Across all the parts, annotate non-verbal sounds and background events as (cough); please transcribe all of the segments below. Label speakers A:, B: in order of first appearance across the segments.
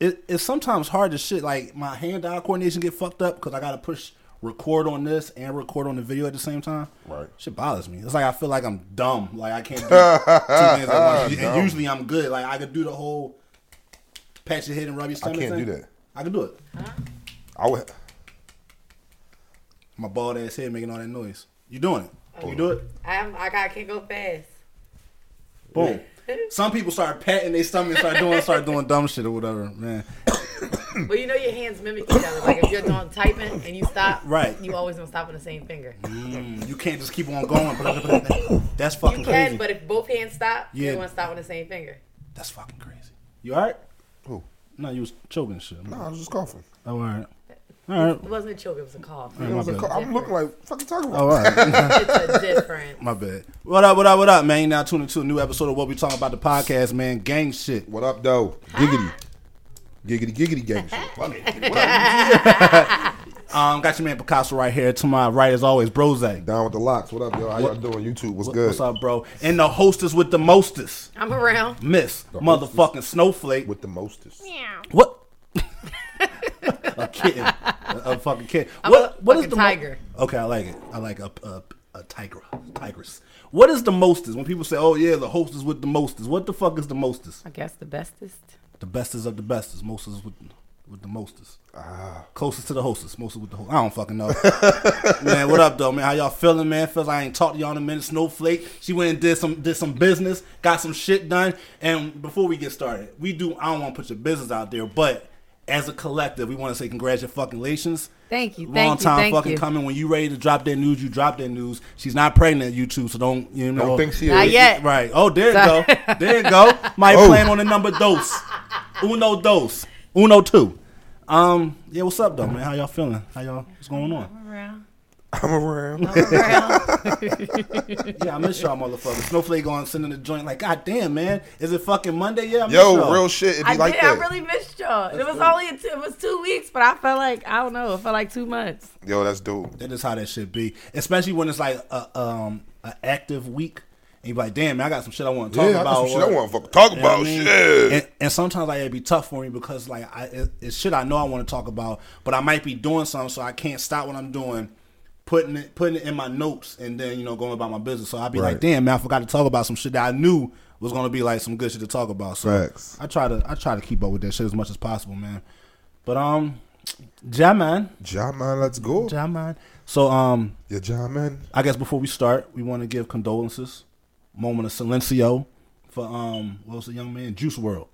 A: it, it's sometimes hard to shit. Like my hand-eye coordination get fucked up because I gotta push record on this and record on the video at the same time.
B: Right.
A: Shit bothers me. It's like I feel like I'm dumb. Like I
B: (laughs)
A: can't do two things at once.
B: Dumb.
A: And usually I'm good. Like I could do the whole pat your head and rub your stomach.
B: can't
A: thing.
B: do that.
A: I can do it.
B: I would.
A: My bald ass head making all that noise. You doing it? Can
B: Oh.
A: you do it?
C: I'm, I got, can't go fast.
A: Boom. Some people start patting their stomach, and start doing, start doing dumb shit or whatever. Man,
C: But you know your hands mimic each other. Like if you're doing typing and you stop,
A: Right.
C: You always gonna stop on the same finger.
A: Mm, you can't just keep on going. That's fucking
C: You
A: crazy.
C: can, but if both hands stop,
A: Yeah.
C: you're gonna stop on the same finger.
A: That's fucking crazy. You alright?
B: Who?
A: No, you was choking and shit.
B: No, I was just coughing.
A: Oh, alright. Alright.
C: It wasn't a choke, it was a cough.
B: It was a
A: bad.
B: cough. I'm looking like fucking talking about.
A: Oh, alright.
B: (laughs)
C: It's a difference.
A: My bad. What up, what up, what up, man? You now tuning to a new episode of What We Talking About the Podcast, man. Gang shit.
B: What up, though? Giggity, giggity, giggity, gang.
C: (laughs)
B: shit. Funny. (laughs) What up?
A: Um, got your man Picasso right here. To my right, as always, Brozak.
B: Down with the locks. What up, yo? How y'all doing? YouTube, what's good?
A: What's up, bro? And the hostess with the mostest,
C: I'm around.
A: Miss Motherfucking Snowflake.
B: With the mostest.
A: What? (laughs) a kitten. A, a fucking kitten.
C: I'm
A: what?
C: a
A: what is
C: fucking
A: the mo-
C: tiger.
A: okay, I like it. I like a a, a tiger, tigress. What is the mostest? When people say, "Oh yeah, the hostess with the mostest," what the fuck is the mostest?
C: I guess the bestest.
A: The bestest of the bestest, mostest with with the mostest.
B: Ah.
A: Closest to the hostess, mostest with the host. I don't fucking know. (laughs) man, what up though, man? How y'all feeling, man? Feels like I ain't talked to y'all in a minute. Snowflake, she went and did some did some business, got some shit done. And before we get started, we do. I don't want to put your business out there, but as a collective, we want to say congratulations.
C: Thank you,
A: Long
C: thank you,
A: time
C: thank
A: fucking
C: you.
A: coming. When you ready to drop that news, you drop that news. She's not pregnant, you two, so don't you know?
B: Don't think she
C: Not
B: is.
C: yet.
A: Right. Oh, there you
B: (laughs)
A: go. There you go. My
B: Oh.
A: plan on the number dos. Uno dos. Uno two. Um. Yeah. What's up, though, man? How y'all feeling? How y'all? What's going on?
C: I'm
A: (laughs)
C: around.
B: (laughs) I'm around.
C: I'm around.
A: Yeah, I miss y'all, motherfuckers. Snowflake on sending the joint. Like, god damn, man. Is it fucking Monday? Yeah. I miss
B: Yo,
A: y'all.
B: real shit. It be
C: I
B: like
C: did.
B: that.
C: I really missed y'all. it was only a two, it was two weeks, but I felt like I don't know. It felt like two months.
B: Yo, that's dope.
A: That is how that should be, especially when it's like a um an active week. And you be like, damn, man, I got some shit I want to talk
B: Yeah, I
A: about.
B: got some shit
A: or-
B: I want to fucking talk
A: You know what I
B: about.
A: mean?
B: Shit.
A: And, and sometimes like it'd be tough for me because like I it, it's shit I know I want to talk about, but I might be doing something, so I can't stop what I'm doing, putting it putting it in my notes, and then you know going about my business. So I'd be like,
B: Right.
A: damn man, I forgot to talk about some shit that I knew was gonna be like some good shit to talk about. So
B: Facts.
A: I try to I try to keep up with that shit as much as possible, man. But um, Jaman, man,
B: Ja man, let's go.
A: Ja man. So um,
B: Yeah, Ja man.
A: I guess before we start, we want to give condolences, moment of silencio for um, what was the young man, Juice World.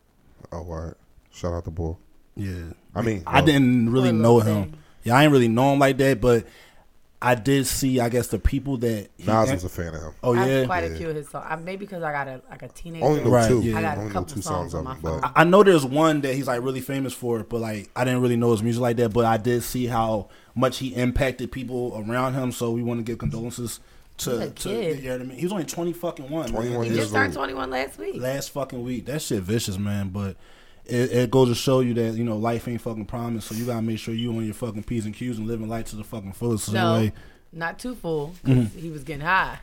B: Oh, all right. Shout out the boy.
A: Yeah.
B: I mean,
A: I
B: yo,
A: didn't really
C: Poor
A: know
C: little
A: him.
C: thing.
A: Yeah, I didn't really know him like that, but I did see, I guess, the people that. he-
B: Nas was a fan of him.
A: oh
C: I
A: yeah,
C: have quite a few of his songs. I, maybe because I got a like a teenager.
B: Only know
A: Right,
B: two.
A: yeah.
C: I got a
B: Only know
C: couple
B: two songs
C: songs on
B: of
C: my
B: him, but
C: phone.
A: I know there's one that he's like really famous for, but like I didn't really know his music like that. But I did see how much he impacted people around him, so we want to give condolences
C: He's
A: to.
C: a
A: to
C: kid.
A: you know what I mean? He was only twenty fucking one. man.
B: 21
C: He
A: This
B: years
C: just turned
B: old.
C: 21 last week.
A: last fucking week. That shit vicious, man. But it, it goes to show you that you know life ain't fucking promised. So you gotta make sure you on your fucking p's and q's and living life to the fucking fullest. So
C: No,
A: like,
C: not too full. 'cause
A: Mm-hmm.
C: He was getting high.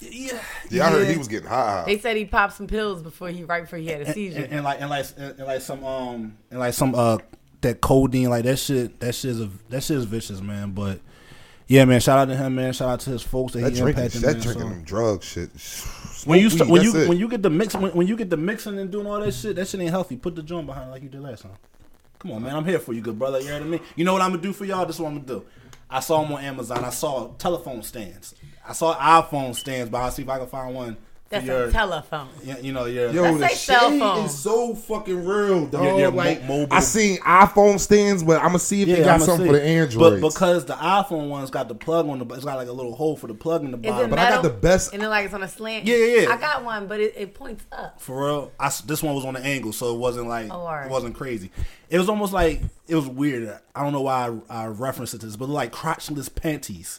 A: yeah,
B: yeah, I heard he was getting high. high.
C: They said he popped some pills before he right before he had a
A: and,
C: seizure.
A: and- and like and like and, and like some um and like some uh that codeine like that shit that shit is a, that shit is vicious man but yeah man shout out to him man shout out to his folks that,
B: That
A: he
B: drinking,
A: impacted
B: that
A: man,
B: drinking
A: so-
B: them drug shit.
A: when you
B: Smoke
A: st-
B: weed,
A: when you
B: that's it.
A: when you get the mix when, when you get the mixing and doing all that shit that shit ain't healthy put the joint behind it like you did last time come on man I'm here for you good brother you know what I mean you know what I'm gonna do for y'all this is what I'm gonna do I saw them on Amazon I saw telephone stands I saw iPhone stands but I'll see if I can find one for
C: That's
A: your
C: a telephone.
A: y- you know your
B: Yo,
C: That's
B: the
C: like cell
B: shade
C: phone.
B: is so fucking real, dog.
A: yeah, mo-
B: like,
A: mobile.
B: I seen iPhone stands, but I'm gonna see if they got
A: I'ma
B: something
A: see.
B: for the Android.
A: But because the iPhone one's got the plug on the, it's got like a little hole for the plug in the
C: Is
A: bottom.
C: it
B: But I got
C: metal?
B: the best-
C: And then like it's on a slant.
A: Yeah, yeah, yeah.
C: I got one, but it, it points up.
A: For real, I s this one was on an angle, so it wasn't like
C: Oh, all right.
A: it wasn't crazy. It was almost like it was weird. I don't know why I, I referenced it to this, but like crotchless panties,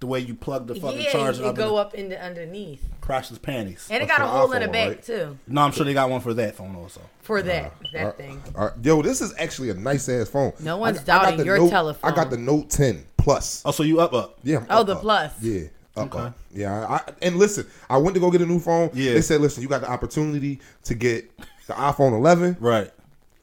A: the way you plug the fucking
C: yeah,
A: charger
C: it
A: up, in
C: go
A: the
C: up into underneath,
A: crotchless panties.
C: and it
B: That's
C: got a
B: for the
C: hole in the
B: iPhone,
C: back
B: right?
C: too
A: No, I'm sure they got one for that phone also.
C: for that that
A: Uh,
B: All right,
C: thing.
B: all right. Yo, this is actually a nice ass phone.
C: No
B: I
C: one's
B: got- I got
C: doubting
B: the
C: your
B: Note-
C: telephone.
B: I got the Note 10 Plus.
A: Oh, so you up up?
B: Yeah. I'm
C: Oh,
B: up,
C: the
B: up.
C: plus.
B: Yeah. Up, up. Yeah. I, I- and listen, I went to go get a new phone.
A: Yeah.
B: They said, listen, you got the opportunity to get the iPhone 11
A: Right.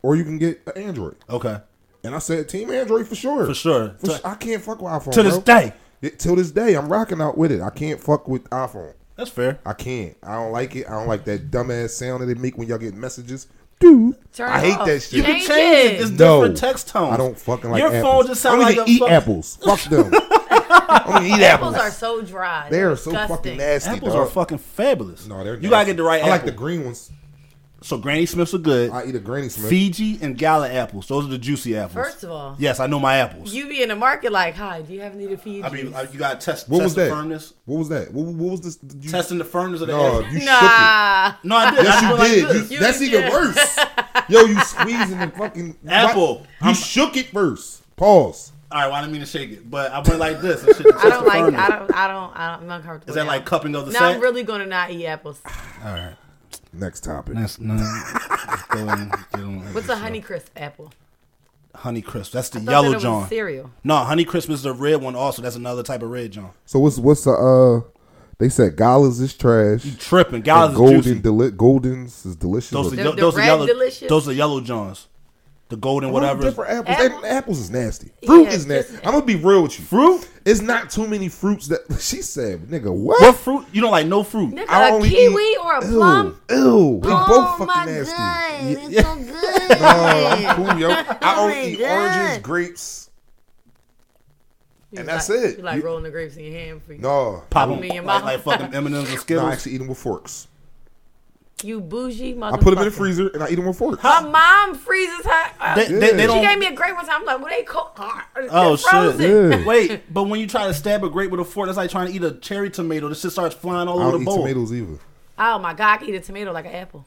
B: or you can get an Android.
A: Okay.
B: And I said Team Android for sure.
A: For sure.
B: For
A: To-
B: su- I can't fuck with iPhone.
A: To this
B: bro.
A: day.
B: Yeah, till this day, I'm rocking out with it. I can't fuck with iPhone.
A: That's fair.
B: I can't. I don't like it. I don't like that dumbass sound that they make when y'all get messages. Dude,
C: Turn
B: I
C: it
B: hate
C: off.
B: that shit.
C: You can
A: Change
C: Shit.
A: it. It's
B: No.
A: different text tones.
B: I don't fucking like
A: Your
B: apples.
A: phone just sound
B: I
A: like
B: don't
A: a
B: even eat
A: fuck-
B: apples. Fuck
A: (laughs)
B: them. (laughs) I don't eat apples.
C: Apples are so dry.
B: they are so
C: Disgusting.
B: fucking nasty.
A: Apples
B: dog.
A: are fucking fabulous.
B: No, they're.
A: you gotta
B: nasty.
A: get the right
B: I like
A: apple.
B: the green ones.
A: so Granny Smiths are good.
B: I eat a Granny Smith.
A: Fiji and Gala apples. Those are the juicy apples.
C: First of all,
A: yes, I know my apples.
C: you be in the market like, hi, do you have any to feed
A: I mean, like, you gotta test,
B: What
A: test
B: was
A: the
B: that?
A: firmness.
B: What was that? What, what was this? You,
A: Testing the firmness of the
B: no,
C: (laughs)
A: apple.
B: you shook it.
C: nah.
A: No, I did.
B: Yes,
A: I
B: you
A: went like
B: did.
A: this.
B: You-
C: You
B: that's
C: did.
B: even
C: (laughs)
B: worse. Yo, you squeezing the fucking
A: (laughs) Apple.
B: You shook it first. Pause.
A: All right, well, I didn't mean to shake it, but I went like this. And shit to
C: I
A: test
C: don't
A: the
C: like.
A: firmness.
C: I don't. I don't. I don't I'm uncomfortable.
A: Is that
C: now.
A: like cupping of the Ah,
C: No,
A: set?
C: I'm really gonna not eat apples.
A: All right.
B: Next topic.
A: That's no. just go and get on with
C: What's
A: it.
C: a Honey Crisp apple?
A: Honey Crisp. That's the
C: I thought that it
A: yellow
C: was
A: John.
C: cereal.
A: No, Honey Crisp is the red one. Also, that's another type of red John.
B: So what's what's the uh? They said galas is trash.
A: Tripping.
B: and
A: Guys, is
B: golden
A: juicy.
B: deli- goldens is delicious.
A: Those are,
C: The-
A: yo-
C: the
A: those are
C: red
A: yellow.
C: delicious?
A: Those are yellow Johns. The golden
B: What are
A: whatever.
B: Different apples.
C: Apple-
B: They- apples is nasty. Fruit
C: Yeah,
B: is
C: just-
B: nasty. I'm gonna be real with you.
A: Fruit?
B: It's not too many fruits that (laughs) she said, nigga. What?
A: What fruit? You don't like no fruit.
C: Nigga,
B: I
C: a
B: only
C: kiwi
B: eat-
C: or a
B: Ew.
C: plum?
B: Ew. They both fucking nasty.
D: Oh god, it's so
B: (laughs)
D: good.
B: Oh, I'm
D: (laughs)
B: cool, yo. I
D: Oh
B: only
D: my
B: eat
D: God.
B: oranges, grapes.
C: You
B: And
C: like-
B: that's it.
C: You like
B: You-
C: rolling the grapes in your hand for you.
B: No,
A: Pop
C: Me and
A: them
C: my-
A: like, like
C: (laughs)
A: fucking M&M's and
B: no,
A: Skittles.
B: I actually eat them with forks.
C: You bougie motherfucker.
B: I put them in the freezer and I eat them with forks.
C: Her mom freezes her. Uh,
A: they, they, they
B: Yeah.
A: don't.
C: she gave me a grape one time. I'm like, what they call?
A: oh
C: They're frozen.
A: shit!
B: Yeah.
A: Wait, but when you try to stab a grape with a fork, that's like trying to eat a cherry tomato. This shit starts flying all
B: I
A: over
B: don't
A: the
B: eat
A: bowl.
B: tomatoes either.
C: Oh my god, I can eat a tomato like an apple.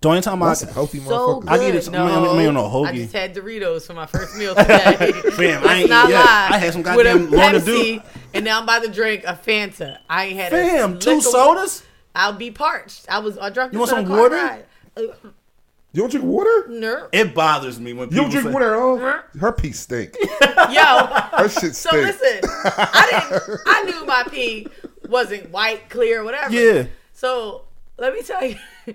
A: The only time
B: That's
A: I
B: some healthy
C: So
B: motherfuckers.
C: good.
A: I can eat a-
C: no,
A: I mean, I mean, no, hoagie.
C: I just had Doritos for my
A: (laughs)
C: first meal today.
A: Fam, I
C: (laughs) Let's
A: ain't
C: not
A: eat yet.
C: lie.
A: I had some
C: With a
A: goddamn Lorna Doone.
C: Pepsi, and now I'm about to drink a Fanta. I ain't had a
A: Fam, two
C: lick of-
A: sodas.
C: I'll be parched. I was. I drunk.
A: You
C: this
A: want some
C: on a car
A: water?
C: ride. Uh,
B: You don't drink water?
C: no.
A: It bothers me when
B: You
A: people
B: don't drink
A: say,
B: water at all? Her pee
C: (laughs)
B: stink. (laughs)
C: Yo.
B: Her shit stink.
C: So listen, I didn't. I knew my pee wasn't white, clear, whatever.
A: Yeah.
C: So let me tell you, (laughs) I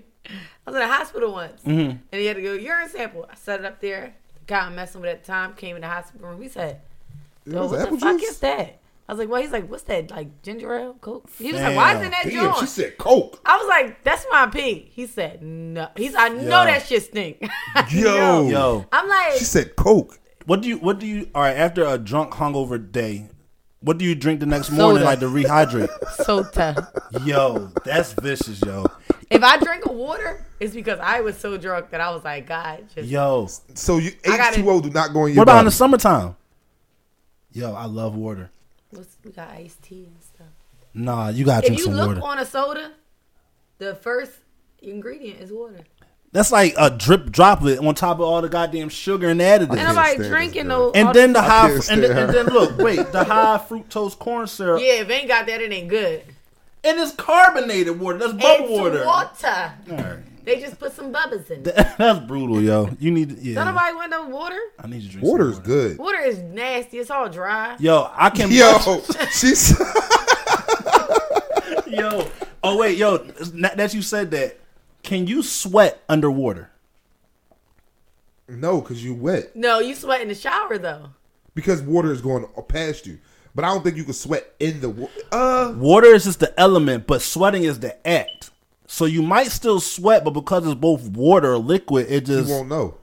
C: was in the hospital once,
B: Mm-hmm.
C: and he had to go urine sample. I set it up there. The guy I'm messing with at the time came in the hospital room. He said,
B: It
C: "Yo,
B: was
C: what
B: apple
C: the fuck
B: juice?
C: is that?" I was like, "Well," he's like, "What's that? Like ginger ale, coke?" He was
A: Damn.
C: like, "Why is in that
B: Damn, she
C: joint?"
B: said Coke.
C: I was like, "That's my pee." He said, "No." He's, "I know
A: Yo.
C: that shit stink." (laughs)
B: Yo.
A: "Yo,
C: I'm like,
B: She said Coke.
A: what do you? What do you? All right, after a drunk hungover day, what do you drink the next
C: (laughs)
A: morning
C: Soda.
A: like to rehydrate?
C: "Sota."
A: yo, that's vicious, yo,
C: if I drink a water, it's because I was so drunk that I was like, God, just
A: yo.
B: So you
C: got it.
B: H2O do not go in your
A: What about in
B: body.
A: the summertime? Yo, I love water.
C: what's, we got iced tea and stuff.
A: Nah, you gotta
C: If
A: drink
C: you
A: some
C: look
A: water.
C: on a soda, the first ingredient is water.
A: That's like a drip droplet on top of all the goddamn sugar and additives.
C: And
B: can't
C: I'm like
B: stand this
C: drinking
B: guy.
C: no. all
A: And then
C: this-
A: the high,
B: can't
A: fr- and then,
B: stand
A: and
B: her.
A: then look,
B: (laughs)
A: wait, the high fructose corn syrup,
C: yeah, if ain't got that, it ain't good.
A: and it's carbonated water. That's bubble
C: It's
A: water.
C: water. They just put some bubbles in. Don't
A: (laughs) That's brutal, yo. You need, yeah.
C: nobody want no water.
A: I need to drink. some
B: Water's good.
C: Water is nasty. It's all dry.
A: Yo, I can.
B: Yo, (laughs) she's
A: (laughs) yo. Oh wait, yo. That, that you said that. Can you sweat underwater?
B: no, because you wet.
C: No, you sweat in the shower though.
B: Because water is going past you. But I don't think you can sweat in the water. Uh,
A: Water is just the element, but sweating is the act. So you might still sweat, but because it's both water or liquid, it
B: you
A: just
B: won't know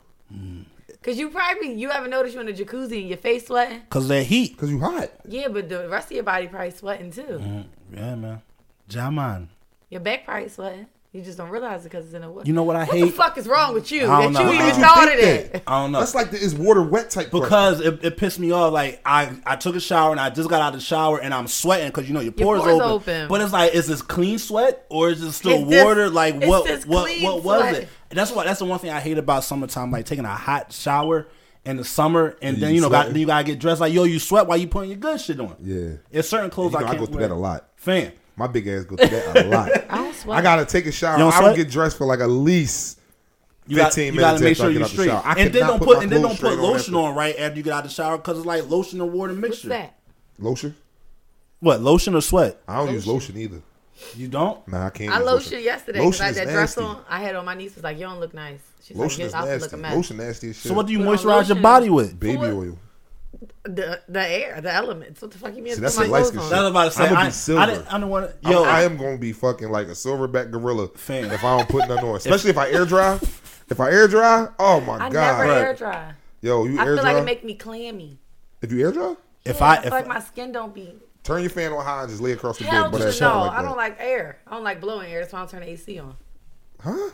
C: Cause you probably you haven't noticed you in the jacuzzi and your face sweating.
A: because that heat.
B: because you hot.
C: Yeah, but the rest of your body probably sweating too.
A: Mm-hmm. Yeah, man. Jaman.
C: Your back probably sweating. You just don't realize it because it's in the water.
A: You know what I
C: what the
A: hate?
C: fuck is wrong with you
A: I
C: that
A: don't know.
C: you
A: What
C: even
A: made you
C: started
B: think
C: it?
A: I don't know.
B: That's like the is water wet type question.
A: because it, it pissed me off. Like I, I took a shower and I just got out of the shower and I'm sweating because you know your
C: Your
A: pores,
C: pores
A: open.
C: open.
A: But it's like, is this clean sweat or is this still
C: It's this-
A: water? like
C: it's
A: what
C: this
A: what
C: clean
A: what was
C: sweat.
A: it? And that's what that's the one thing I hate about summertime. Like taking a hot shower in the summer and
B: Yeah,
A: then
B: you
A: you know got,
B: sweating.
A: then you gotta get dressed. Like yo, you sweat while you putting your good shit on.
B: Yeah.
A: it's certain clothes
B: You know,
A: I
B: I,
A: can't
B: go through
A: wear.
B: that a lot.
A: Fan.
B: My big ass go through that a lot.
C: (laughs) I don't sweat.
B: I gotta take a shower.
A: You don't
B: I don't
A: sweat?
B: get dressed for like at least
A: You got,
B: 15
A: you
B: minutes.
A: gotta make
B: after I
A: sure
B: get
A: you're
B: out the
A: straight,
B: shower. I
A: and then
B: cannot
A: don't put,
B: my
A: and then
B: clothes
A: don't put
B: straight on
A: lotion
B: after-
A: on right after you get out of the shower because it's like lotion and water
C: What's
A: mixture.
C: that?
B: Lotion?
A: What lotion or sweat?
B: I don't use lotion either.
A: You don't?
B: Nah, I can't.
C: I
B: use
C: lotioned yesterday because
B: Lotion
C: I had
B: is
C: that dress
B: nasty.
C: on. I had on my niece was like, "You don't look nice." She's
B: Lotion
C: like,
B: is
C: "Your outfit look
B: nasty.
C: a mess."
B: Lotion nasty as shit.
A: So what do you
C: Put on
A: moisturize your
C: lotion.
A: body with?
B: Baby
C: What?
B: oil.
C: The the air, the elements. What the fuck you mean?
B: See,
C: Put
B: that's
C: my
B: the light
C: clothes
B: skin
C: on.
B: shit.
A: That's what I'm about to say.
B: I'ma be
A: I, I
B: silver.
A: didn't, I didn't want to.
B: Yo,
A: Yo,
B: I am gonna be fucking like a silverback gorilla
A: Fam.
B: if I don't put
A: (laughs)
B: nothing on. Especially if I air dry. If I air dry, oh my
C: I
B: god.
C: never air
A: Right.
C: dry.
B: Yo, you
C: I
B: air
C: feel like
B: dry.
C: it make me clammy.
B: if you air dry,
A: if
C: Yeah,
A: I,
C: I feel
A: if,
C: like my skin don't be.
B: turn your fan on high and just lay across the
C: Hell
B: bed.
C: no,
B: But that's
C: no.
B: like
C: I
B: that.
C: don't like air. I don't like blowing air. That's why I turn the AC on.
B: Huh?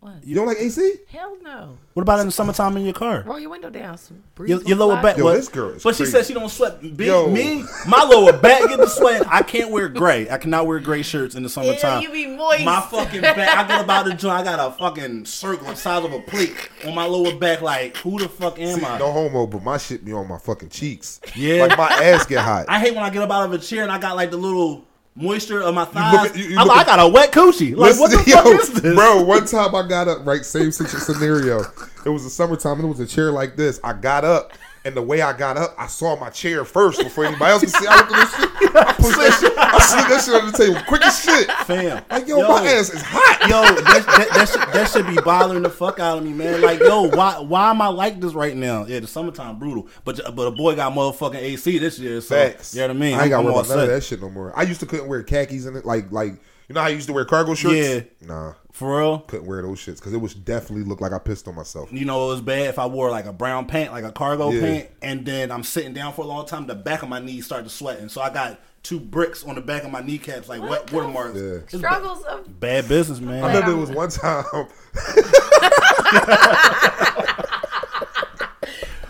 C: What?
B: You don't like AC?
C: Hell no.
A: what about in the summertime in your car?
C: Roll your window down. Some breeze
A: Your, your
C: will
A: lower
C: fly.
A: back.
B: Yo,
A: what?
B: this girl is
A: but she
B: crazy.
A: said she don't sweat. Big,
B: Yo.
A: Me, my lower back get the sweat. I can't wear gray. I cannot wear gray shirts in the summertime.
C: you be moist.
A: My fucking back. I get about the joint. I got a fucking circle the size of a plate on my lower back. Like who the fuck am I?
B: No homo, but my shit be on my fucking cheeks.
A: Yeah.
B: Like my ass
A: (laughs)
B: get hot.
A: I hate when I get up out of a chair and I got like the little moisture of my thighs.
B: look at- you- you
A: I'm
B: look
A: like,
B: at-
A: I got a wet coochie. Like what the
B: Listen,
A: fuck
B: yo,
A: is this?
B: Bro, one time I got up, right? Same situ- scenario. It was the summertime and it was a chair like this. I got up, and the way I got up, I saw my chair first before anybody else could see. I looked at this shit.
A: (laughs)
B: I pushed that shit. I slid that shit on the table quick as shit.
A: Fam.
B: Like, yo, my ass is hot.
A: Yo, that, that, that, should, that should be bothering the fuck out of me, man. Like, yo, why why am I like this right now? Yeah, the summertime brutal, but but a boy got motherfucking AC this year. So,
B: Facts.
A: You know what I mean?
B: I ain't got to
A: I'm
B: worry
A: all
B: about none of
A: set.
B: that shit no more. I used to couldn't wear khakis in it. Like, like you know how I used to wear cargo shorts?
A: Yeah.
B: Nah,
A: For real.
B: couldn't wear those shits because it was definitely looked like I pissed on myself.
A: You know, it was bad if I wore like a brown pant, like a cargo
B: Yeah.
A: pant, and then I'm sitting down for a long time. The back of my knees start to sweat, and so I got two bricks on the back of my kneecaps, like
C: What
A: what
C: the
A: watermarks.
B: Yeah.
A: It's ba-
C: Struggles of
A: Bad business, man.
B: I remember it was one (laughs) time.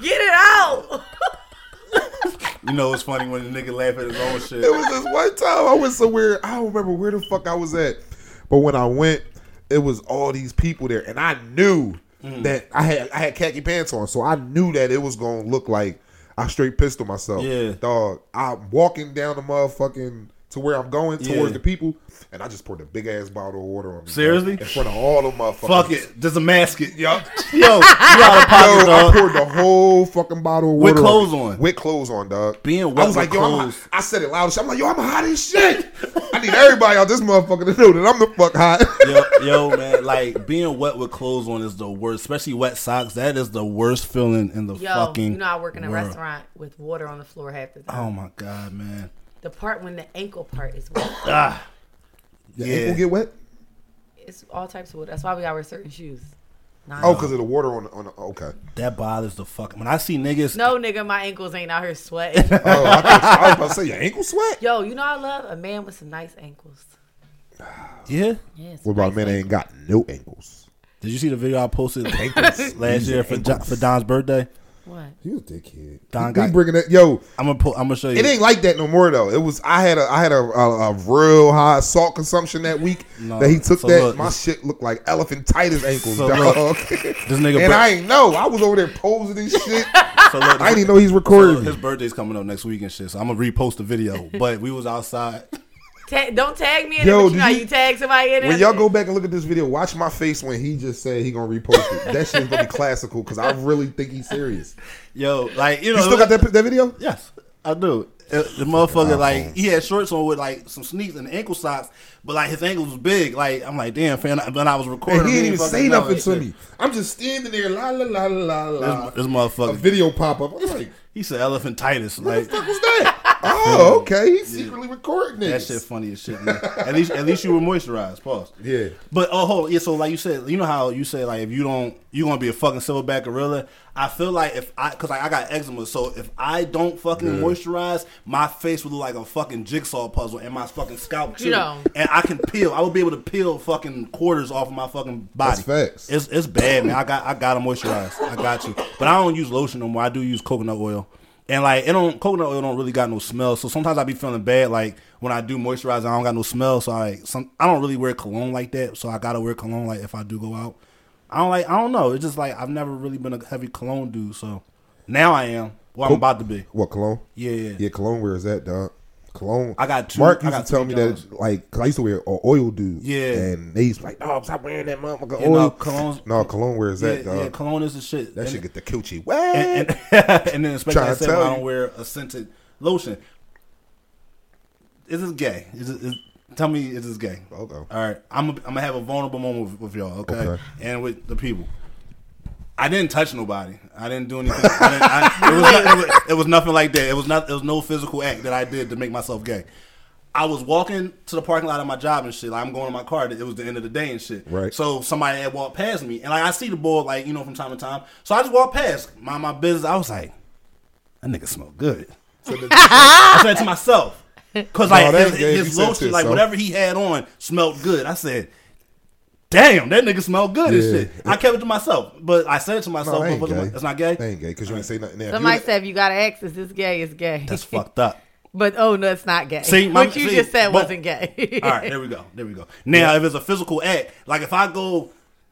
C: get it out.
A: You know, it's funny when a nigga laugh at his own shit.
B: (laughs) It was this one time I went somewhere. I don't remember where the fuck I was at, but when I went, it was all these people there, and I knew
A: Mm.
B: that I had I had khaki pants on, so I knew that it was gonna look like I straight pistol myself.
A: Yeah.
B: dog. I'm walking down the motherfucking to where I'm going
A: Yeah.
B: towards the people, and I just poured a big ass bottle of water on me. dog,
A: Seriously?
B: in front of all the motherfuckers.
A: Fuck it, just a mask it.
B: Yup.
A: Yo, you out of pocket,
B: Yo, I
A: dog.
B: poured the whole fucking bottle of
A: With
B: water
A: clothes
B: me.
A: on.
B: With clothes on, dog.
A: Being
B: I
A: wet
B: was like,
A: with
B: yo, I'm
A: clothes.
B: hot. I said it loud. as shit. I'm like, yo, I'm hot as shit. I need everybody out this motherfucker to know that I'm the fuck hot.
A: yo, yo, man, like being wet with clothes on is the worst, especially wet socks. That is the worst feeling in the
C: Yo,
A: fucking.
C: you know I work in a
A: world.
C: restaurant with water on the floor half the time.
A: Oh my god, man.
C: The part when the ankle part is wet.
A: (coughs) Ah,
B: Your
A: Yeah.
B: (laughs) ankle get wet?
C: it's all types of water. That's why we gotta wear certain shoes. Nah,
B: Oh, because of the water on the, on the okay.
A: that bothers the fuck. When I see niggas,
C: no nigga, my ankles ain't out
A: (laughs)
C: here sweating.
B: Oh, I, thought, I was about to say your ankle sweat.
C: Yo, you know I love a man with some nice ankles.
A: yeah.
C: Yes.
B: What about a man that ain't got no ankles?
A: Did you see the video I posted
B: (laughs) Ankles.
A: last
B: These
A: year for, Don,
B: ankles.
A: for Don's birthday?
C: What?
B: You a dickhead.
A: Don
B: Don
A: got-
B: bringing that. Yo,
A: I'm gonna pull, I'm gonna show you.
B: It ain't like that no more though. It was I had a I had a, a, a real high salt consumption that week
A: No,
B: that he took
A: so
B: that.
A: look,
B: my
A: this-
B: shit looked like elephantitis ankles,
A: So
B: dog.
A: look,
B: (laughs)
A: this nigga
B: and
A: bro-
B: I ain't know. I was over there
A: (laughs)
B: posing this shit.
A: so look,
B: I didn't even know he's recording.
A: his
B: me.
A: birthday's coming up next week and shit. So I'm gonna repost the video. But we was outside. (laughs)
C: Ta- don't tag me in
B: Yo,
C: it, but you
B: did
C: know how
B: you-
C: you tag somebody in it.
B: When y'all go back and look at this video, watch my face when he just said he gonna repost it. that shit's gonna
A: (laughs)
B: be classical because I really think he's serious.
A: Yo, like you know,
B: You still got that that video?
A: Yes, I do. Uh, The motherfucker like he had shorts on with like some sneaks and ankle socks, but like his ankles was big. Like I'm like, damn, fan. When I was recording,
B: And he
A: I
B: didn't even
A: fucking
B: say
A: know
B: nothing
A: it.
B: to me. I'm just standing there, la la la la la.
A: This, this
B: A
A: motherfucker,
B: video pop up. I'm like.
A: he said elephantitis. Like
B: the fuck
A: (laughs)
B: was that? Oh, okay. He's secretly recording
A: that
B: this.
A: shit, funny as shit. Man. at least, at least you were moisturized. Pause.
B: Yeah.
A: But oh, hold, yeah. So like you said, you know how you said like if you don't, you gonna be a fucking silverback gorilla. I feel like if I, cause like, I got eczema, so if I don't fucking moisturize, my face would look like a fucking jigsaw puzzle, and my fucking scalp too.
C: You know.
A: And I can peel. I would be able to peel fucking quarters off of my fucking body.
B: That's facts.
A: It's it's bad, man. I got I gotta moisturize. I got you. But I don't use lotion no more. I do use coconut oil. And like it don't coconut oil don't really got no smell. So sometimes I be feeling bad like when I do moisturize I don't got no smell. So I some I don't really wear cologne like that. So I gotta wear cologne like if I do go out. I don't like I don't know. It's just like I've never really been a heavy cologne dude, so now I am. Well I'm about to be.
B: What cologne?
A: Yeah, yeah.
B: yeah. Cologne. Where is that, dog? Cologne.
A: I got two-
B: Mark
A: I
B: used
A: got
B: to tell
A: two
B: me
A: jars.
B: that, like, 'cause I used to wear an oil dude.
A: Yeah.
B: and they used to like, oh, stop wearing that motherfucker
A: Yeah,
B: oil.
A: no,
B: No,
A: cologne's-
B: cologne. Where is
A: Yeah,
B: that, dog?
A: yeah, cologne is the shit.
B: that
A: And-
B: should get the coochie wet.
A: and, (laughs) and, and then especially
B: Tryna
A: I said when
B: tell
A: I don't
B: you.
A: wear a scented lotion. Is this gay? Is it, is, Tell me, is this gay?
B: Okay.
A: All right, I'm gonna- I'm gonna have a vulnerable moment with, with y'all, okay?
B: Okay.
A: and with the people. I didn't touch nobody. I didn't do anything. I didn't, I, it, was not, it, was, it was nothing like that. It was not. It was no physical act that I did to make myself gay. I was walking to the parking lot of my job and shit. Like, I'm going to my car. It was the end of the day and shit.
B: Right.
A: So somebody had walked past me, and like I see the board, like you know, from time to time. So I just walked past, mind my business. I was like, that nigga smell good. (laughs) I said to myself, because like
B: that's
A: his,
B: gay.
A: his
B: You said
A: lotion,
B: to
A: like
B: yourself.
A: whatever he had on, smelled good. I said, "Damn, that nigga smelled good and
B: Yeah.
A: shit." I kept it to myself, but I said it to myself,
B: No, that ain't
A: but
B: gay.
A: "It's not gay."
B: That ain't gay because you ain't say nothing. there.
C: Somebody said if you got an ex, is this gay? It's gay.
A: That's fucked up.
C: (laughs) But oh no, it's not gay.
A: See, my-
C: (laughs) what you
A: see,
C: just said
A: but-
C: wasn't gay.
A: All right, there we go, there we go. Now, if it's a physical act, like if I go.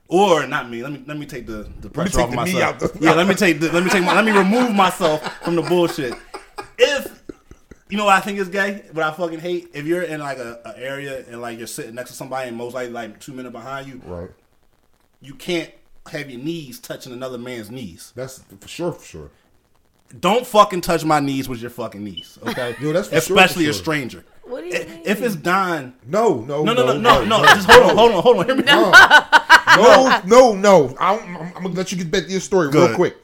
A: Or not me. Let me let me take the, the pressure
B: take
A: off
B: the me
A: myself.
B: out the-
A: yeah, let me take the, let me take my, let me remove myself from the bullshit. If you know what I think is gay, what I fucking hate, if you're in like a, a area and like you're sitting next to somebody and most likely like two minutes behind you,
B: right.
A: you can't have your knees touching another man's knees.
B: That's for sure. For sure.
A: Don't fucking touch my knees with your fucking knees, okay?
B: Yo, that's for sure,
A: Especially
B: for
A: a
B: sure.
A: stranger.
C: What do you
A: I-
C: mean?
A: If it's Don,
B: No, no,
A: no, no, no, no, no. Just hold on, hold on, hold on. Hear me. out. (laughs)
B: no, no, no. I'm, I'm, I'm gonna let you get back to your story
A: Good.
B: real quick.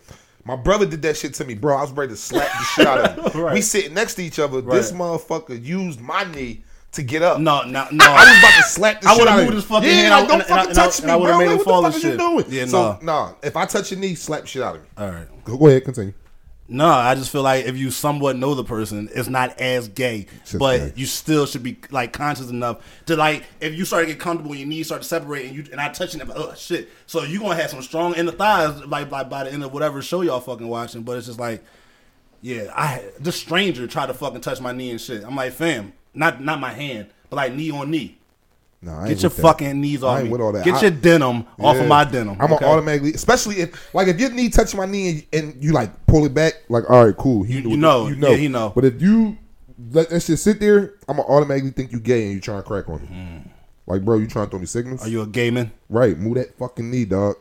B: My brother did that shit to me, bro. I was ready to slap the shit out of him.
A: (laughs) Right.
B: We sitting next to each other. This
A: Right.
B: motherfucker used my knee to get up.
A: No, no, no.
B: I was about to slap the
A: I
B: shit
A: would've
B: out of
A: moved
B: him.
A: his fucking
B: yeah,
A: hand. I
B: like,
A: would've-
B: don't
A: and I-
B: fucking
A: and I-
B: touch
A: and
B: me,
A: I would've
B: bro.
A: made him
B: Like, what
A: fall
B: the
A: and
B: fuck is you
A: shit.
B: doing?
A: Yeah,
B: so, nah. If I touch your knee, slap the shit out of me.
A: All right.
B: Go, go ahead, continue.
A: No, I just feel like if you somewhat know the person, it's not as gay,
B: just
A: but
B: gay.
A: you still should be like conscious enough to like if you start to get comfortable, your knees start to separate, and you and I touching it, but, oh shit! So you gonna have some strong inner thighs like by, by the end of whatever show y'all fucking watching. But it's just like, yeah, I this stranger tried to fucking touch my knee and shit. I'm like, fam, not not my hand, but like knee on knee.
B: Nah, I ain't
A: Get your
B: with that.
A: fucking knees
B: I
A: off
B: ain't
A: me.
B: with all that.
A: Get
B: I-
A: your denim off
B: Yeah.
A: of my denim.
B: I'm
A: okay?
B: gonna automatically, especially if like if your knee touch my knee and, and you like pull it back, like all right, cool. He
A: You-
B: knew
A: you
B: what-
A: know. Yeah, he know.
B: But if you let that shit sit there, I'm gonna automatically think you gay and you trying to crack on me. Like, bro, you trying to throw me signals?
A: Hmm. Are you a gay man?
B: right, move that fucking knee, dog.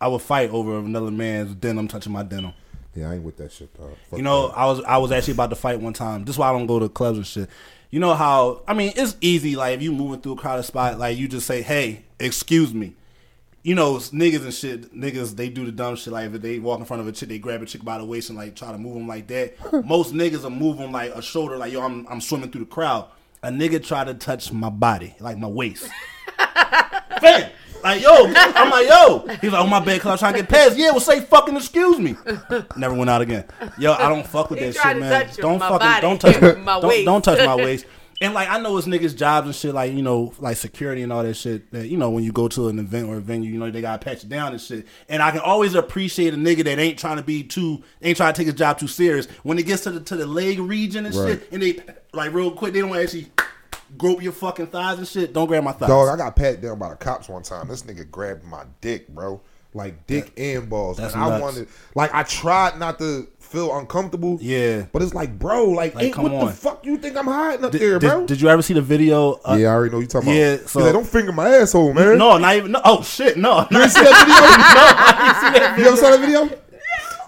A: I would fight over another man's denim touching my denim.
B: Yeah, I ain't with that shit, dog. Fuck
A: You know,
B: that.
A: I was I was actually about to fight one time. This is why I don't go to clubs and shit. You know how I mean, it's easy. Like if you moving through a crowded spot, like you just say, "Hey, excuse me." You know, it's niggas and shit, niggas they do the dumb shit. Like if they walk in front of a chick, they grab a chick by the waist and like try to move them like that. Most niggas will move them like a shoulder, like yo, I'm I'm swimming through the crowd. A nigga try to touch my body, like my waist. Fam. Like yo, I'm like yo. He's like, oh my bad, cause I'm trying to get past. Yeah, well say fucking excuse me. Never went out again. Yo, I don't fuck with
C: He
A: that
C: tried
A: shit,
C: to
A: man.
C: touch
A: Don't
C: my
A: fucking
C: body,
A: don't touch
C: (laughs) my
A: don't,
C: waist.
A: Don't touch my waist. And like I know it's niggas' jobs and shit, like you know, like security and all that shit. That you know, when you go to an event or a venue, you know they gotta patch you down and shit. And I can always appreciate a nigga that ain't trying to be too, ain't trying to take his job too serious. When it gets to the to the leg region and
B: Right.
A: shit, and they like real quick, they don't actually grope your fucking thighs and shit. Don't grab my thighs.
B: dog, I got pat down by the cops one time. This nigga grabbed my dick, bro. Like dick and balls.
A: That's
B: and I
A: nuts.
B: wanted, like, I tried not to feel uncomfortable.
A: Yeah.
B: but it's like, bro, like,
A: Like,
B: ain't-
A: come
B: what
A: on.
B: the fuck you think I'm hiding up
A: Did,
B: there,
A: did-
B: bro?
A: did you ever see the video? Uh,
B: yeah, I already know what you talking
A: Yeah,
B: about. He's
A: so-
B: like, don't finger my asshole, man.
A: No, not even. No, oh shit, no.
B: You ever see
A: (laughs)
B: that video? you ever saw that video?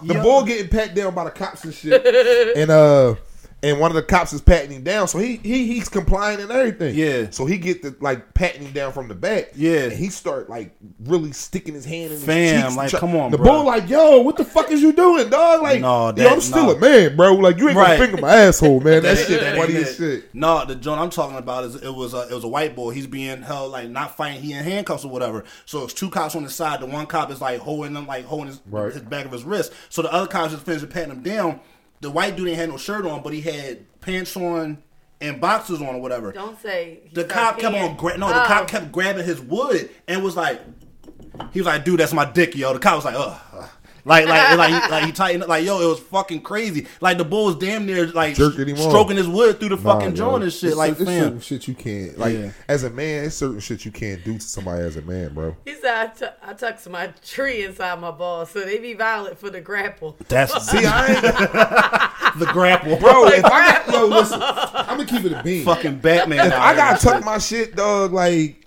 B: The bull getting pat down by the cops and shit, and uh, and one of the cops is patting him down, so he he he's complying and everything.
A: Yeah.
B: So he get the like patting him down from the back.
A: Yeah.
B: And he start like really sticking his hand in
A: Fam,
B: his cheeks. and
A: like,
B: try-
A: come on,
B: The
A: bro.
B: bull like, yo, what the fuck is you doing, dog? Like,
A: No,
B: yo,
A: that-
B: I'm still
A: no.
B: a man, bro. Like, you ain't
A: Right.
B: gonna finger my asshole, man. That, shit
A: That ain't
B: funny
A: it.
B: as shit.
A: No, the joint I'm talking about is it was a, it was a white boy. He's being held like not fighting. He in handcuffs or whatever. So it's two cops on the side. The one cop is like holding him, like holding his,
B: Right.
A: his back of his wrist. So the other cops just finished patting him down. The white dude didn't have no shirt on, but he had pants on and boxers on or whatever.
C: (laughs) Don't say he
A: The
C: said
A: cop kept
C: pants.
A: on gra- no. The
C: Oh.
A: cop kept grabbing his wood and was like, he was like, dude, that's my dick, yo. The cop was like, ugh. ugh." Like, like, like, he,
C: (laughs)
A: like he tightened up. Like, yo, it was fucking crazy. Like, the bull was damn near like
B: Jerking him off.
A: stroking his wood through the fucking
B: Nah,
A: joint
B: yo.
A: and shit.
B: It's
A: like,
B: cer- it's
A: fam,
B: certain shit you can't like
A: Yeah.
B: as a man. It's certain shit you can't do to somebody as a man, bro.
C: He said I, tu- I tucked my tree inside my balls, so they be violent for
B: (laughs)
C: the grapple.
A: that's (laughs)
B: See, I ain't,
A: the grapple,
B: (laughs) bro. If I got yo, listen, I'm gonna keep it a bean.
A: fucking Batman.
B: If I gotta tuck my shit, dog. Like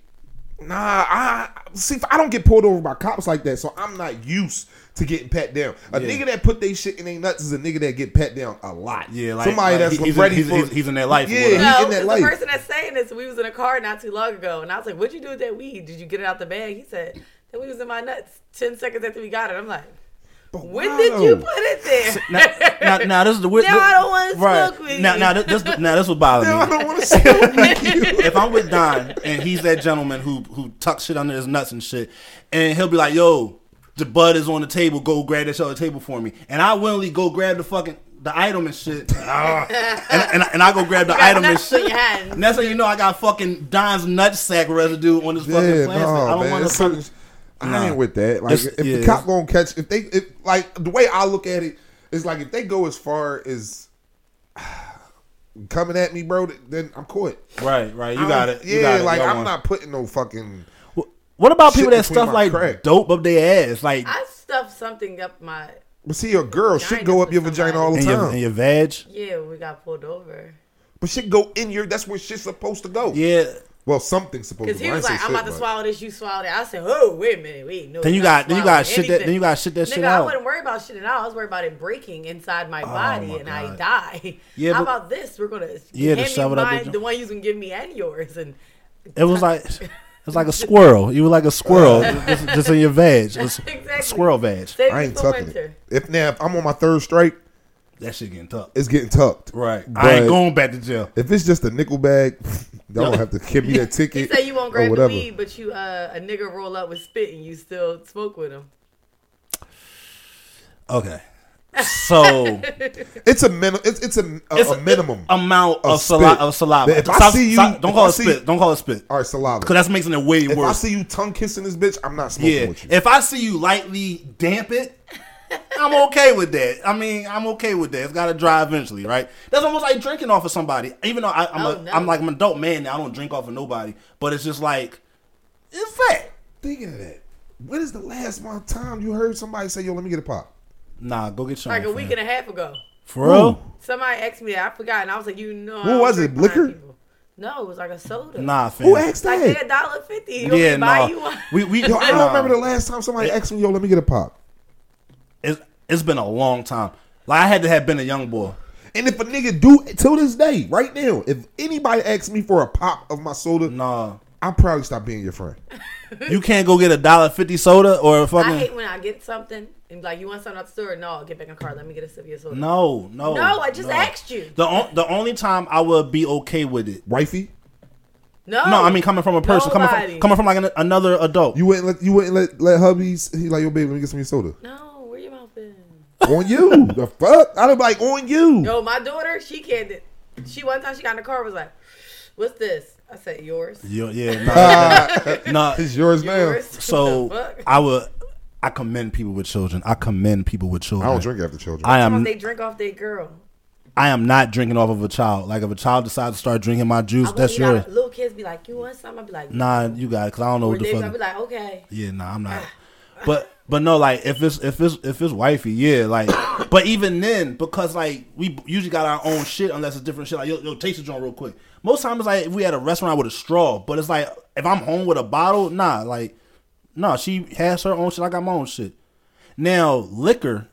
B: Nah, I see. I don't get pulled over by cops like that, so I'm not used to getting pat down. A
A: Yeah.
B: nigga that put they shit in their nuts is a nigga that get pat down a lot.
A: Yeah, like-
B: somebody
A: like,
B: that's
A: he- he's in-
B: ready
A: he's-
B: for.
A: he's- he's in their life or
B: Yeah,
A: whatever.
B: he's
C: No,
B: in that
C: the
B: life.
C: person that's saying this, we was in a car not too long ago, and I was like, "What'd you do with that weed? Did you get it out the bag?" He said that weed was in my nuts. Ten seconds after we got it, I'm like,
B: But
C: "When
B: why
C: did you
B: though?
C: put it there?"
A: Now, now, now this is
C: (laughs)
A: the weird.
C: Now I don't wanna smoke with
A: Now,
C: you.
A: now this, this, now this would bother
B: Now
A: me.
B: I don't want to
C: (laughs)
B: smoke with you.
A: if I'm with Don and he's that gentleman who who tucks shit under his nuts and shit, and he'll be like, "Yo, the bud is on the table. Go grab that shit on the table for me." And I willingly go grab the fucking the item and shit, Ah. and, and and I go grab the
C: (laughs) You got
A: item and
C: nuts in
A: shit.
C: your hand.
A: And that's how you know I got fucking Don's nutsack residue on this fucking
B: Yeah,
A: plastic.
B: nah,
A: I don't
B: man.
A: want to.
B: it's certain-
A: Nah.
B: I ain't with that. Like,
A: It's-
B: if
A: yeah.
B: the cop gonna catch, if they, if like the way I look at it is like if they go as far as (sighs) coming at me, bro, then I'm caught.
A: Right, right. You
B: I
A: got
B: don't-
A: it.
B: Yeah,
A: you got it.
B: like
A: Y'all
B: I'm
A: won.
B: not putting no fucking.
A: What about people
B: shit
A: that
B: between
A: stuff
B: my
A: like
B: crack.
A: dope up their ass, like
C: (laughs) I stuffed something up my.
B: But see, a girl shit go up your vagina all the
A: in your,
B: time.
A: in your vag?
C: Yeah, we got pulled over
B: But shit go in your. That's where shit's supposed to go.
A: Yeah.
B: Well, something's supposed to.
C: because
B: go.
C: he
B: I ain't
C: was
B: say
C: like, "I'm
B: shit,
C: about to
B: but-
C: swallow this, you swallow that." I said, "Oh, wait a minute, wait, no."
A: Then you
C: we're not
A: got- then you gotta
C: swallowing
A: shit that- then you
C: anything.
A: gotta shit that
C: Nigga,
A: shit
C: I
A: out. Oh
C: wouldn't worry about shitting out. I was worried about it breaking inside my body
A: my
C: and I
A: God.
C: die.
A: Yeah,
C: (laughs)
A: but-
C: How about this? We're gonna
A: Yeah, to
C: hand me
A: shove it up your
C: mine,
A: jo-
C: the one you can give me and yours, and (laughs)
A: It was like it was like a squirrel. You were like a squirrel just, just in your veg. A
C: (laughs)
A: s-
C: Exactly.
A: Squirrel veg.
C: save
B: I
C: it
B: ain't
C: for
B: tucking
C: winter.
B: it. If now if I'm on my third strike,
A: That shit getting tough.
B: it's getting tucked.
A: Right.
B: But
A: I ain't going back to jail.
B: If it's just a nickel bag, y'all don't have to give me that
C: He
B: ticket.
C: said you won't
B: or
C: grab the
B: whatever.
C: weed, but you uh, a nigga roll up with spit and you still smoke with him.
A: Okay. So
B: It's a minimum. It's, (laughs) it's a, a,
A: it's
B: a minimum.
A: amount
B: Of
A: of saliva
B: spit.
A: of saliva.
B: If I
A: Stop-
B: see you-
A: stop- don't
B: if
A: call
B: I
A: it
B: see-
A: spit. Don't call it spit.
B: All right, saliva.
A: Cause that's making it way
B: if I
A: worse.
B: see you tongue kissing this bitch, I'm not smoking
A: yeah.
B: with you.
A: If I see you lightly damp
C: (laughs)
A: it, I'm okay with that. I mean, I'm okay with that. It's gotta dry eventually, right? That's almost like drinking off of somebody. Even though I, I'm
C: Oh,
A: a,
C: no.
A: am like I'm an adult man now, I don't drink off of nobody. But it's just like it's fat.
B: Thinking of that, when is the last one time you heard somebody say, "Yo, let me get a pop"?
A: Nah, go get your
C: Like a
A: own,
C: week
A: fam.
C: and a half ago,
A: For real?
C: somebody asked me that. I forgot, and I was like, "You know, I
B: What
C: don't
B: was
C: drink
B: it,
C: behind
B: liquor?
C: people. No, it was like a soda.
A: Nah, fam.
B: Who asked
C: like
B: that?
C: they're a dollar fifty.
A: yeah,
C: You yeah, buy
A: nah.
C: you one.
A: We
B: (laughs)
A: we
B: Yo, I don't
A: nah.
B: remember the last time somebody asked me, "Yo, let me get a pop."
A: It's, it's been a long time. Like I had to have been a young boy.
B: And if a nigga do till this day, right now, if anybody asks me for a pop of my soda,
A: Nah,
B: I'll probably stop being your friend.
A: you can't go get a dollar fifty soda or a
C: I hate
A: fucking.
C: when I get something and like you want something out the store. No, I'll get back in the car. Let me get a sip of your soda.
A: No, no,
C: No, I just
A: no.
C: asked you.
A: The on, the only time I would be okay with it.
B: Wifey,
C: no,
A: No, I mean coming from a person, coming
C: Nobody.
A: from coming from like an, another adult.
B: you wouldn't let you wouldn't let let hubby. s- He like, "Yo, baby, let me get some of your soda."
C: No, where your mouth been?
B: on you, the fuck? I'd be like, on you.
C: Yo, my daughter, she can't. She one time she got in the car was like, "What's this?" I said, "Yours."
A: yeah, yeah, nah, nah.
B: It's yours now.
C: Yours. What
A: (laughs)
C: the
A: So
C: fuck?
A: I would. I commend people with children. I commend people with
B: I
A: children.
B: don't drink after children.
A: I
C: Sometimes
A: am
C: they drink off their girl.
A: I am not drinking off of a child. Like if a child decides to start drinking my juice,
C: I would
A: that's
C: be like-
A: yours.
C: Little kids be like, "You want some?" I'd be like,
A: Nah, you got it. Cause I don't know
C: Or
A: what the
C: they
A: fuck.
C: I'd be like, "Okay."
A: Yeah, nah, I'm not. But but no, like if it's if it's if it's wifey, yeah, like. (coughs) But even then, because like we b- usually got our own shit, unless it's different shit. Like yo, yo taste the joint real quick. Most times, like if we at a restaurant with a straw, but it's like if I'm home with a bottle, nah, like, nah, she has her own shit. I got my own shit. Now liquor,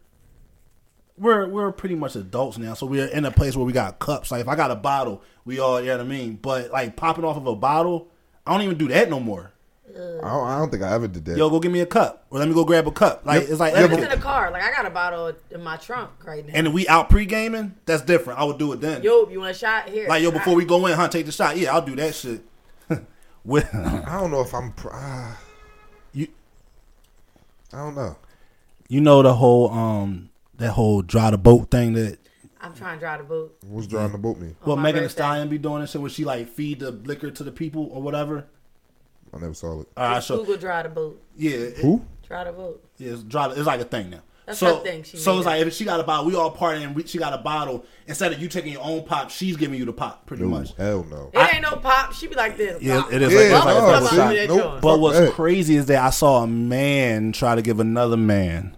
A: we're we're pretty much adults now, so we're in a place where we got cups. Like if I got a bottle, we all you know what I mean. But like popping off of a bottle, I don't even do that no more
B: I don't, I don't think I ever did that.
A: yo, go get me a cup, or let me go grab a cup. Like it's like
C: When
A: etiquette.
C: it's in the car, like I got a bottle in my trunk right now.
A: and if we out pre gaming, that's different. I would do it then.
C: yo, you want a shot here?
A: like yo,
C: shot.
A: before we go in, huh? Take the shot. Yeah, I'll do that shit. (laughs) With
B: I don't know if I'm. pr- ah,
A: you,
B: I don't know.
A: you know the whole um that whole dry the boat thing that
C: I'm trying to dry the boot.
B: What's drawing the boat me?
A: what
C: my
A: Megan Thee
C: birthday.
A: Stallion be doing and shit, where she like feed the liquor to the people or whatever.
B: I never saw it.
A: All right, so
C: Google dry the boot.
A: yeah, it,
B: Who?
C: Try to vote.
A: yeah, it's dry. It's like a thing now.
C: That's
A: so,
C: her thing, she
A: so
C: made
A: it's
C: it.
A: like if she got a bottle, we all partying. We, she got a bottle. Instead of you taking your own pop, she's giving you the pop, pretty
B: Ooh,
A: much.
B: hell no.
C: It ain't no pop. She be like this.
A: Yeah,
C: Nah.
A: it is
B: Yeah,
A: like, it's like
C: Mama,
A: a
B: no,
A: double
C: see,
A: shot.
C: that
B: nope,
C: joint.
B: fuck
A: But what's
B: that.
A: crazy is that I saw a man try to give another man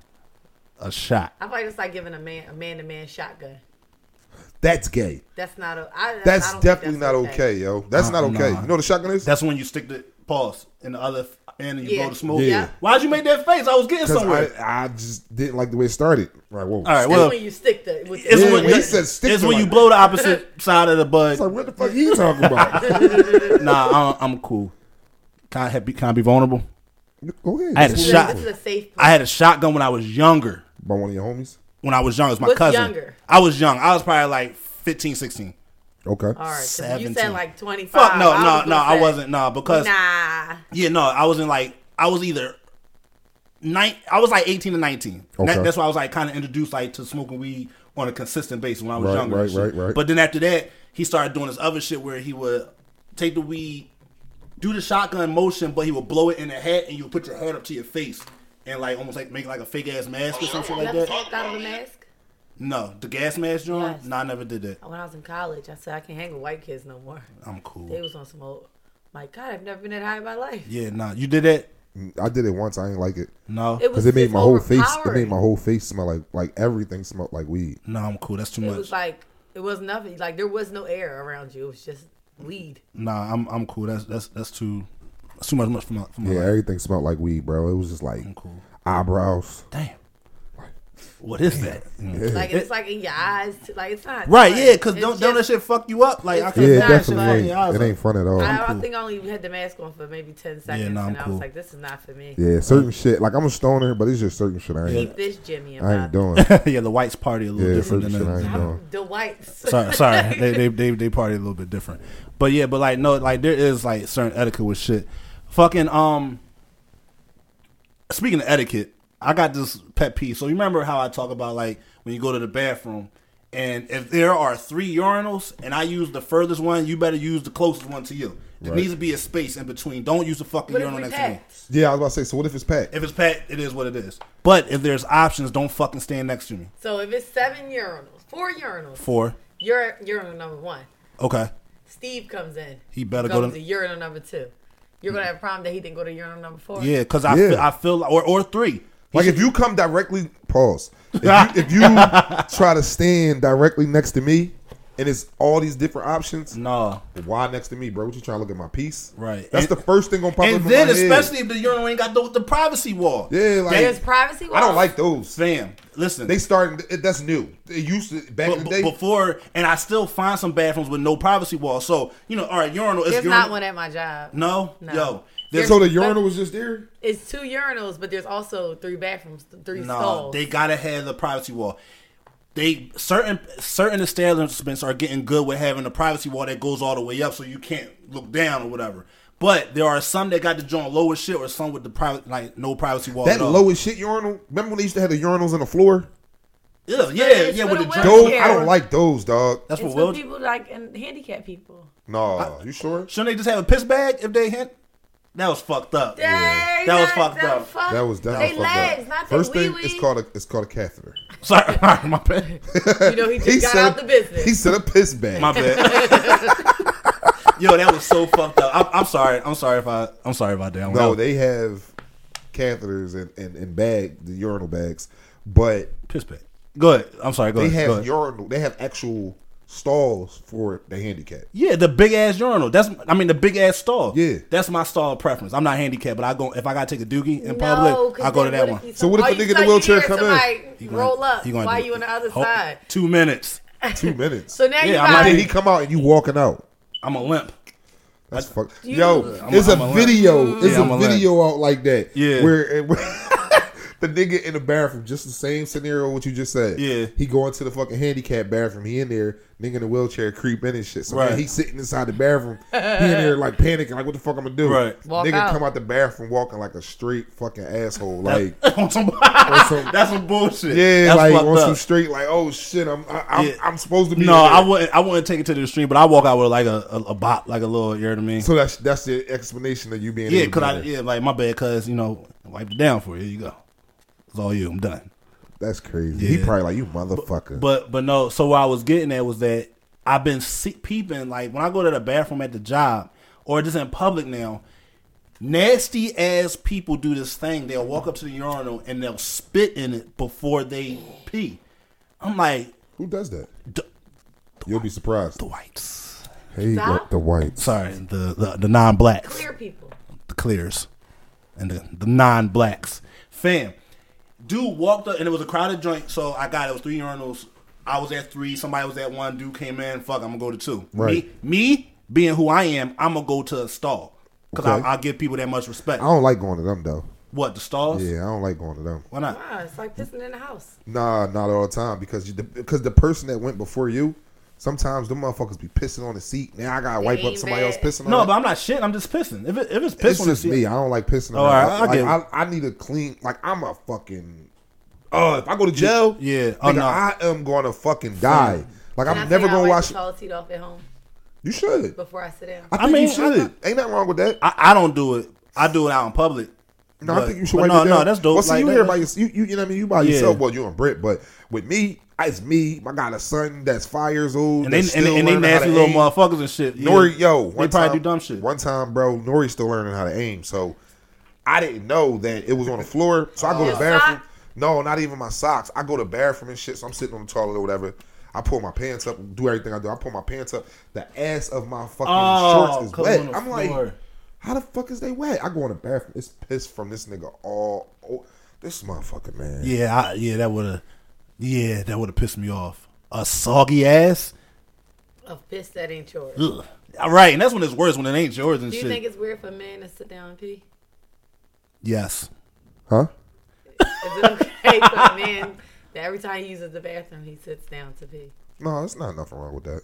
A: a shot.
C: I probably just like giving a man a man to man shotgun.
B: That's gay.
C: That's not. A, I,
B: That's
C: I don't think
B: definitely
C: that's
B: not okay, yo. That's not
A: Uh,
B: okay.
A: nah.
B: You know what a shotgun is?
A: That's when you stick the Pause. And the other f- end, and you
C: Yeah.
A: blow the smoke.
B: Yeah.
A: Why'd you make that face? I was getting
B: Because
A: somewhere.
B: I, I just didn't like the way it started. Right, whoa.
A: All
B: (laughs)
A: right,
C: That's
A: well,
C: when you stick the. With the
A: it's
B: Yeah,
A: when,
B: when he
A: the-
C: (laughs)
B: said stick
A: it's
B: to
A: when
B: like-
A: you
B: (laughs)
A: blow the opposite side of the bud.
B: It's like, what the fuck you talking
C: (laughs)
A: (laughs)
B: about?
A: nah, I'm, I'm cool. Can I, have- can I be vulnerable?
B: Go ahead.
A: I had a
B: Just-
C: this,
A: shot.
C: is a safe.
A: I had a shotgun when I was younger.
B: By one of your homies?
A: When I was young, it was my
C: What's
A: cousin.
C: younger?
A: I was young. I was probably like 15, 16.
B: Okay.
C: All right, 'cause you
A: 17.
C: said like twenty five.
A: Fuck no, no, no. I wasn't. No, because
C: Nah,
A: yeah, no, I wasn't like I was either nine. I was like eighteen to nineteen. That-
B: Okay.
A: that's why I was like kind of introduced like to smoking weed on a consistent basis when I was
B: Right,
A: younger. and
B: right,
A: shit.
B: right, right.
A: But then after that, he started doing this other shit where he would take the weed, do the shotgun motion, but he would blow it in the hat, and you would put your head up to your face. And like almost like make like a fake ass mask or something like
C: left
A: that.
C: fucked out of the mask.
A: No, the gas mask, John.
C: Yes.
A: No, I never did that.
C: When I was in college, I said I can't hang with white kids no more.
A: I'm cool.
C: They was on some old. My God, I've never been that high in my life.
A: Yeah, nah. You did that?
B: I did it once. I didn't like it.
A: No.
C: It was
B: Because it made
C: just
B: my whole face, it
C: overpowering.
B: made my whole face smell like, like everything smelled like weed.
A: no, I'm cool. That's too
C: It
A: much.
C: was like it was nothing. Like there was no air around you. It was just weed.
A: Nah, I'm I'm cool. That's that's that's too that's too much much for my for my
B: Yeah,
A: life.
B: everything smelled like weed, bro. It was just like
A: cool.
B: eyebrows.
A: Damn. What is that? Mm.
C: Like it's like in your eyes. too. Like it's not
A: Right,
C: fun.
A: yeah, because
C: It's
A: don't, don't that
C: just-
A: shit fuck you up? Like, I
C: It's
A: can't
B: Yeah, it
C: not fun.
B: definitely
A: Yeah, I
B: ain't.
A: was
B: It ain't fun at all.
A: I'm
C: I, I
A: cool.
C: think I only had the mask on for maybe ten seconds,
A: nah, I'm
C: and I
A: cool.
C: was like, "This is not for me."
B: Yeah, certain shit. Like I'm a stoner, but it's just certain shit I ain't.
C: Keep this Jimmy in
B: I
C: my
A: (laughs)
B: ain't doing.
A: yeah, the whites party a little
B: Yeah,
A: different
B: for
A: than
B: sure,
A: the,
B: right.
C: I'm
B: No.
C: the whites. (laughs)
A: Sorry, sorry. they, they they they party a little bit different. But yeah, but like no, like there is like certain etiquette with shit. Fucking um. Speaking of etiquette, I got this pet peeve. So you remember how I talk about like when you go to the bathroom, and if there are three urinals and I use the furthest one, you better use the closest one to you. There
B: Right.
A: needs to be a space in between. Don't use the fucking
C: What if
A: urinal
C: we
A: next to me.
C: packed?
B: Yeah, I was about to say. So what if it's packed?
A: If it's pet, it is what it is. But if there's options, don't fucking stand next to me.
C: So if it's seven urinals, four urinals,
A: Four.
C: you're urinal number one.
A: Okay.
C: Steve comes in.
A: He better go
C: goes
A: to-
C: to, urinal number two. You're gonna have a problem that he didn't go to urinal number four.
A: Yeah, because I
B: Yeah.
A: feel, I feel or or three.
B: Like if you come directly, pause. If you,
A: (laughs)
B: if you try to stand directly next to me, and it's all these different options,
A: No.
B: why next to me, bro? What you trying to look at my piece?
A: Right.
B: That's
A: And-
B: the first thing on pop
A: And
B: up
A: then,
B: in my head.
A: especially if the urinal ain't got the, the privacy wall.
B: Yeah, like
C: There's privacy.
B: I don't
C: walls.
B: like those.
A: Fam, listen.
B: They started. That's new. It used to back
A: but,
B: in the
A: but
B: day.
A: before, and I still find some bathrooms with no privacy wall. So, you know, all right, urinal is
C: There's
A: urinal.
C: not one at my job.
A: No?
C: No.
A: Yo.
C: There's-
B: so the urinal was just there.
C: It's two urinals, but there's also three bathrooms, th- three
A: No,
C: stalls.
A: they gotta have the privacy wall. They certain certain establishments are getting good with having a privacy wall that goes all the way up, so you can't look down or whatever. But there are some that got the joint low as shit, or some with the private like no privacy wall.
B: That
A: at all.
B: low as shit urinal. Remember when they used to have the urinals on the floor?
A: yeah, yeah, yeah,
C: It's
A: with the
C: for the
A: joint.
B: Those
C: Yeah.
B: I don't like those, dog.
A: That's
C: it's
A: what
C: for
A: will.
C: people like and handicapped people.
B: No, you sure?
A: Shouldn't they just have a piss bag if they hit? That was fucked up.
C: Dang,
A: That was
C: not-
A: fucked
C: that
A: up.
C: fuck-
B: That was
C: they
B: definitely
C: legs, not their
B: First thing,
C: wee-wee.
B: it's called a it's called a catheter.
A: Sorry, (laughs) my bad.
B: (laughs)
C: You know, (laughs) he just got
B: said
C: out
B: a-
C: the business.
B: He said a piss bag.
A: My
C: (laughs)
A: bad. Yo, that was so fucked up. I'm, I'm sorry. I'm sorry if I. I'm sorry if I did.
B: no, they have catheters and, and, and bag the urinal bags, but
A: piss bag. Go ahead. I'm sorry. Go
B: they
A: ahead. Go
B: have
A: ahead.
B: urinal. They have actual stalls for the
C: (laughs)
B: handicap.
A: Yeah, the big ass urinal. That's I mean the big ass stall.
B: Yeah.
A: that's my stall preference. I'm not handicapped, but I go if I gotta take a doogie in
C: No,
A: public,
C: 'cause
A: I go to
C: then
A: that
C: if
A: one.
C: he-
B: So what if
C: Oh,
B: a
C: you-
B: nigga in the
C: so you
B: wheelchair
C: hear
B: come in?
C: somebody
A: You gonna-
C: Roll up.
A: you gonna
C: Why
A: do-
C: you on the other
A: Hold-
C: side?
A: Two minutes.
B: Two minutes.
C: So now
A: Yeah, I'm
B: And
A: not-
C: you
B: then
C: got
B: he come out and you walking out.
A: I'm a limp. (laughs)
B: That's fuck.
C: You-
B: Yo,
A: I'm a-
B: there's a
A: I'm a lamb.
B: video. There's
A: Yeah, I'm a
B: a
A: lamb.
B: video out like that.
A: Yeah.
B: Where, (laughs) where the nigga in the bathroom, just the same scenario what you just said.
A: Yeah.
B: He going to the fucking handicap bathroom. He in there, nigga in the wheelchair, creep in and shit. So
A: Right.
B: man, he sitting inside the bathroom. He in there like panicking, like what the fuck I'm gonna do?
A: Right.
C: Walk
B: nigga
C: out.
B: come out the bathroom walking like a straight fucking
A: (laughs)
B: asshole. Like
A: on some,
B: on some-
A: (laughs) that's some bullshit.
B: yeah,
A: that's
B: like
A: fucked
B: on
A: up.
B: some straight. Like oh shit, I'm I, I'm,
A: Yeah.
B: I'm supposed to be.
A: no,
B: in there.
A: I wouldn't. I wouldn't take it to the extreme, but I walk out with like a a, a bop, like a little. You know what I mean?
B: So that's that's the explanation of you being.
A: yeah,
B: able
A: cause
B: to be
A: I
B: there.
A: yeah like my bad, cause you know wipe it down for you. Here you go. It's all you. I'm done.
B: That's crazy. He
A: Yeah.
B: probably like you motherfucker.
A: But but no. So what I was getting at was that I've been see- peeping like when I go to the bathroom at the job or just in public now. Nasty ass people do this thing. They'll walk up to the urinal and they'll spit in it before they pee. I'm like
B: Who does that?
A: D-
B: You'll be surprised.
A: the whites.
B: Hey,
C: Stop.
B: the whites.
A: Sorry, the the, the non-blacks.
C: clear people.
A: clears and the, the non blacks. Fam, dude walked up and it was a crowded joint, so I got it was three urinals. I was at three, somebody was at one, dude came in, fuck, I'm gonna go to two.
B: Right.
A: Me, me being who I am, I'm gonna go to a stall. Because
B: Okay.
A: I, I give people that much respect.
B: I don't like going to them though.
A: What, the stalls?
B: Yeah, I don't like going to them.
A: Why not?
C: Wow, it's like pissing in the house.
B: Nah, not all the time because you, the, because the person that went before you, sometimes them motherfuckers be pissing on the seat. Now I gotta wipe up
C: ain't
B: somebody
C: bad.
B: else pissing.
A: No,
B: on
A: but
B: it.
A: I'm not shitting. I'm just pissing. If, it, if it's piss
B: it's
A: on the
B: just
A: seat-
B: me. I don't like pissing. on
A: All
B: it.
A: right, I
B: like,
A: get it.
B: I, I need a clean. Like I'm a fucking. Oh, if I go to jail,
A: Yeah.
B: nigga,
A: Oh, no.
B: I am gonna fucking die. Like
C: Can I
B: I'm
C: say
B: never
C: I
B: gonna
C: wipe
B: wash.
C: the toilet seat off at home
B: You should.
C: before I sit down.
B: I
A: I
B: think you
A: mean, I-
B: should. Ain't nothing wrong with that.
A: I, I don't do it. I do it out in public.
B: No, I
A: But-
B: think you should
A: but
B: wipe
A: no,
B: it
A: no,
B: down.
A: that's dope.
B: Well, see,
A: Like,
B: you
A: that-
B: here by yourself. You, you, you know what I mean? You by
A: Yeah.
B: yourself. Well, you and Brit, but with me, it's me. I got a son that's five years old.
A: and they
B: that's
A: and,
B: still
A: and they
B: learning how to
A: nasty little
B: aim.
A: motherfuckers and shit. Yeah.
B: Nori, yo, one
A: they probably
B: time-
A: do dumb shit.
B: One time, bro, Nori's still learning how to aim, so I didn't know that it was on the floor. So I go to
C: Your
B: bathroom.
C: sock?
B: No, not even my socks. I go to bathroom and shit. So I'm sitting on the toilet or whatever. I pull my pants up, do everything I do. I pull my pants up. The ass of my fucking
A: Oh,
B: shorts is
A: come on
B: wet.
A: the
B: I'm
A: floor.
B: like, how the fuck is they wet? I go in the bathroom. It's piss from this nigga all. Oh, this motherfucker, man.
A: Yeah, I, yeah, that would have, yeah, that would have pissed me off. A soggy ass.
C: Of piss that ain't yours.
A: Ugh. All right, and that's when it's worse when it ain't yours and
C: Do you
A: shit.
C: think it's weird for men to sit down and pee?
A: yes.
B: Huh?
C: Is it okay for a man that every time he uses the bathroom, he sits down to pee?
B: No, it's not nothing wrong with that.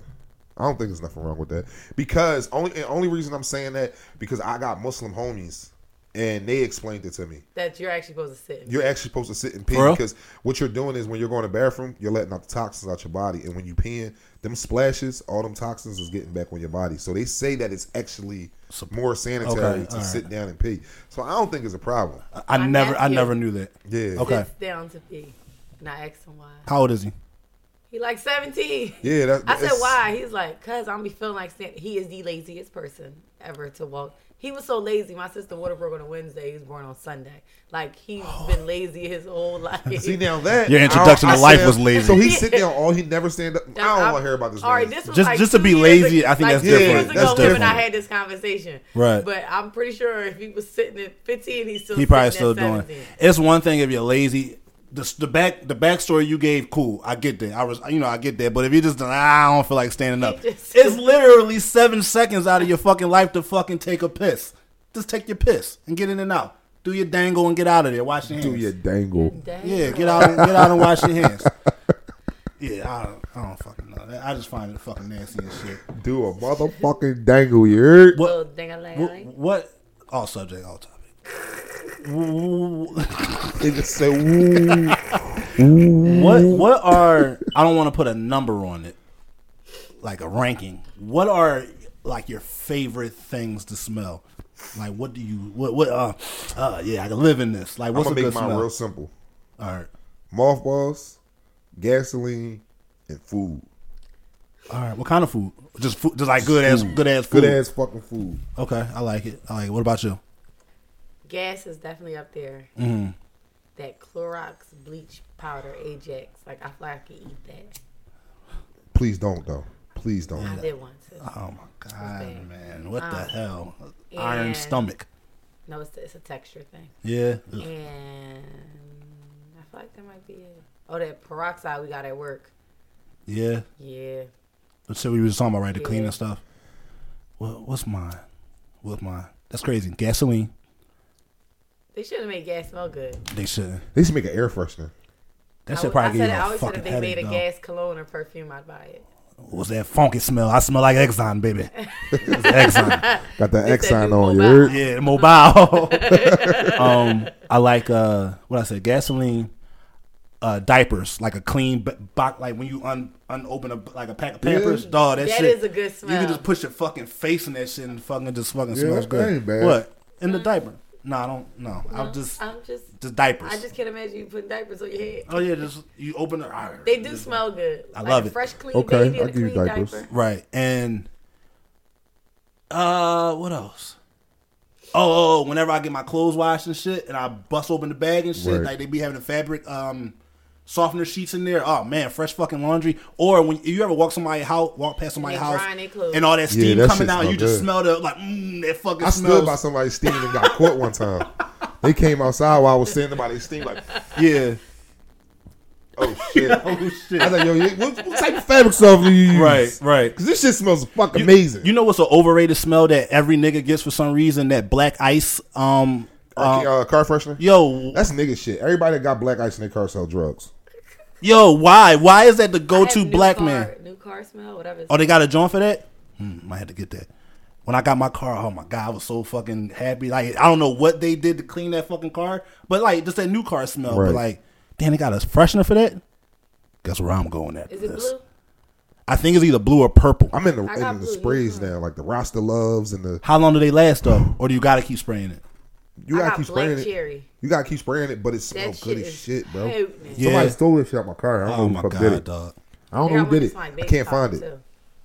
B: I don't think there's nothing wrong with that because only and only reason I'm saying that because I got Muslim homies and they explained it to me.
C: That you're actually supposed to sit.
B: You're actually supposed to sit and pee
A: For real?
B: because what you're doing is when you're going to the bathroom, you're letting out the toxins out your body, and when you peeing, them splashes, all them toxins is getting back on your body. So they say that it's actually more sanitary
A: okay,
B: to
A: all
B: sit down and pee. So I don't think it's a problem.
A: I, I
C: My
A: never, I
C: nephew.
A: never knew that.
B: Yeah.
A: Okay.
C: Sits down to pee. And I asked him why.
A: How old is he?
C: He like 17.
B: Yeah, that,
C: I said
B: it's-
C: why? He's like, cause I'm be feeling like stand- he is the laziest person ever to walk. He was so lazy. My sister water broke on a Wednesday. He was born on Sunday. Like he's been lazy his whole (laughs) life.
B: Oh. See now that
A: Your
B: I don't-
A: introduction to
B: I
A: life
B: said-
A: was lazy.
B: So he sit down all he never stand up. I don't want to hear about this.
C: All right,
B: man.
C: this was
A: Just-
C: like
A: just to
C: two
A: be
C: years
A: lazy,
C: ago-
A: I think
C: like
A: that's
C: two years
B: different.
C: ago,
B: That's
C: him and
A: different.
C: I had this conversation,
A: Right.
C: But I'm pretty sure if he was sitting at 15, he's still
A: He probably
C: sitting
A: still
C: at
A: doing.
C: 17.
A: It's one thing if you're lazy. The, the back the backstory you gave, cool. I get that. I was you know I get that. But if you just "Nah, I don't feel like standing up.
C: just- (laughs)
A: it's literally seven seconds out of your fucking life to fucking take a piss. Just take your piss and get in and out. Do your dangle and get out of there. Wash your hands.
B: do your dangle.
C: Dang.
A: yeah, get out and, get out and wash your
B: (laughs)
A: hands. Yeah, I don't, I don't fucking know. That- I just find it fucking nasty and shit.
B: Do a motherfucking dangle. You heard?
A: What-
C: Little ding-a-ling.
A: What all subject, all topic.
B: It just say, ooh.
A: What what are I don't want to put a number on it, like a ranking. What are like your favorite things to smell? Like what do you what what uh uh yeah I can live in this. Like
B: I'm
A: what's
B: gonna
A: a
B: make
A: good
B: mine
A: smell?
B: real simple:
A: all right,
B: mothballs, gasoline, and food.
A: all right. What kind of food? Just food, just like good ass good ass food.
B: Good ass fucking food.
A: Okay, I like it. I like it. What about you?
C: Gas is definitely up there.
A: Mm-hmm.
C: That Clorox bleach powder Ajax, like I feel like I could eat that.
B: Please don't though. Please don't.
C: I did want to.
A: Oh my god,
C: bad.
A: man! What the hell?
C: yeah.
A: Iron stomach.
C: No, it's it's a texture thing.
A: Yeah. Ugh.
C: And I feel like that might be it. Oh, that peroxide we got at work.
A: Yeah.
C: Yeah.
A: The shit we was talking about, right? The cleaning
C: Yeah.
A: stuff. What what's mine? What's mine? That's crazy. Gasoline.
C: They should have made gas smell good.
A: They shouldn't.
B: They should make an air freshener.
A: That
C: I,
A: shit
C: was-
A: probably
C: I
A: gave
C: said
A: you
C: I
A: a
C: always said
A: fucking
C: if they made
A: headache.
C: a
A: though.
C: gas cologne or perfume, I'd buy it.
A: was that funky smell? I smell like Exxon,
C: (laughs)
A: baby. It's Exxon.
B: Got that X
C: said
B: sign
C: do
B: on. You
C: mobile.
B: heard?
A: Yeah, mobile. (laughs) um, I like uh, what I said, gasoline, uh, diapers, like a clean b- box, like when you un unopen a like a pack of Pampers, dog. That,
C: That
A: shit
C: is a
A: You
C: good smell.
A: can just put your fucking face in that shit and fucking just fucking
B: Yeah,
A: smells
B: that
A: good.
B: ain't bad.
A: What in the diaper? No, I don't. No, I'm just
C: Mm-hmm. I'm just,
A: just diapers.
C: I just can't imagine you putting diapers on your head.
A: oh yeah, just you open the. ah,
C: They do smell good.
A: I love
C: a
A: it.
C: Fresh, clean
B: Okay,
C: baby
B: I'll
C: and a
B: give you
C: clean
B: diapers.
C: diaper.
A: Right. And uh what else? Oh, oh, oh, whenever I get my clothes washed and shit and I bust open the bag and shit,
B: Right.
A: like they be having the fabric um softener sheets in there. Oh man, fresh fucking laundry. Or when you ever walk somebody house, walk past somebody's
C: they
A: house,
C: drying their clothes.
A: and all that
B: Yeah,
A: steam
B: that
A: coming
B: shit
A: out, you
B: smell
A: just
B: good.
A: smell the like mm, that fucking
B: I stood
A: smells.
B: by somebody's steam and got caught one time. They came outside while I was standing by their steam, like,
A: yeah.
B: oh
A: (laughs)
B: shit.
A: Oh
B: (laughs) I was
A: shit.
B: like, yo, you- what, what type of fabric softener you use?
A: Right, right.
B: Because this shit smells fucking amazing.
A: You know what's an overrated smell that every nigga gets for some reason? That black ice. Um,
B: Car-
A: uh,
B: uh, car freshener?
A: yo,
B: That's nigga shit. Everybody that got black ice in their car sell drugs.
A: yo, why? Why is that the
C: I had
A: go-to
C: new
A: black
C: car-
A: man?
C: New car smell, whatever.
A: Oh, they got a joint for that? Hmm, I had to get that. When I got my car, oh my god, I was so fucking happy. Like I don't know what they did to clean that fucking car, but like just that new car smell. But
B: Right.
A: like, damn, they got a freshener for that. Guess where I'm going at?
C: Is it
A: this.
C: blue?
A: I think it's either blue or purple.
B: I'm in the,
C: I got
B: in the
C: blue,
B: sprays
C: yeah.
B: now, like the Rasta Loves and the.
A: How long do they last though? Or do you gotta keep spraying it?
B: You
C: I
B: gotta
C: got
B: keep
C: black
B: spraying it.
C: cherry.
B: You gotta keep spraying it, but it
C: That
B: smells
C: shit
B: good as
C: is
B: shit, bro.
C: potent.
A: Yeah.
B: Somebody stole this shit out my car. I don't
A: Oh
B: know
A: my
B: who the fuck did
A: god,
B: it.
A: dog.
B: I don't
C: They
B: know who
C: got one
B: did it.
C: that's like
B: I
C: baby
B: can't find
C: powder,
B: it.
C: too.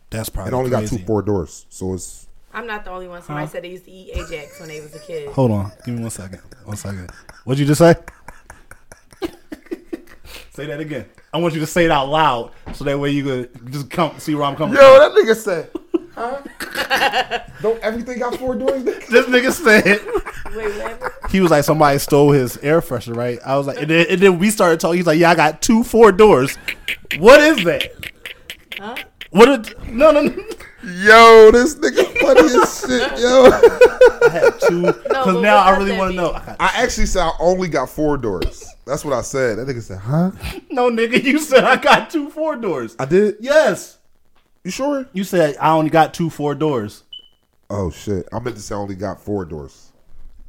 A: That's probably
B: It only got
A: crazy.
B: two four doors, so it's
C: I'm not the only one. Somebody said they used to eat Ajax when they was a kid.
A: Hold on, give me one second. One second. What'd you just
C: (laughs)
A: say? say that again. I want you to say it out loud, so that way you could just come see where I'm coming. from.
B: that nigga said, huh? (laughs) don't everything got four doors? Nigga?
A: This nigga said
C: Wait, what?
A: he was like somebody stole his air freshener, right? I was like, and then, and then we started talking. He's like, yeah, I got two four doors. What is that?
C: Huh?
A: What? Did, no, no, no.
B: Yo, this nigga funny as shit, yo.
A: I had (laughs) two because
C: but
A: now
C: what
A: I
C: does
A: really
C: that
A: want to
C: mean?
A: know. I got,
B: (laughs) I actually said I only got four doors. That's what I said. That nigga said, huh?
A: no, nigga, you said I got two four doors.
B: I did.
A: yes,
B: You sure?
A: you said I only got two four doors.
B: Oh shit! I meant to say I only got four doors.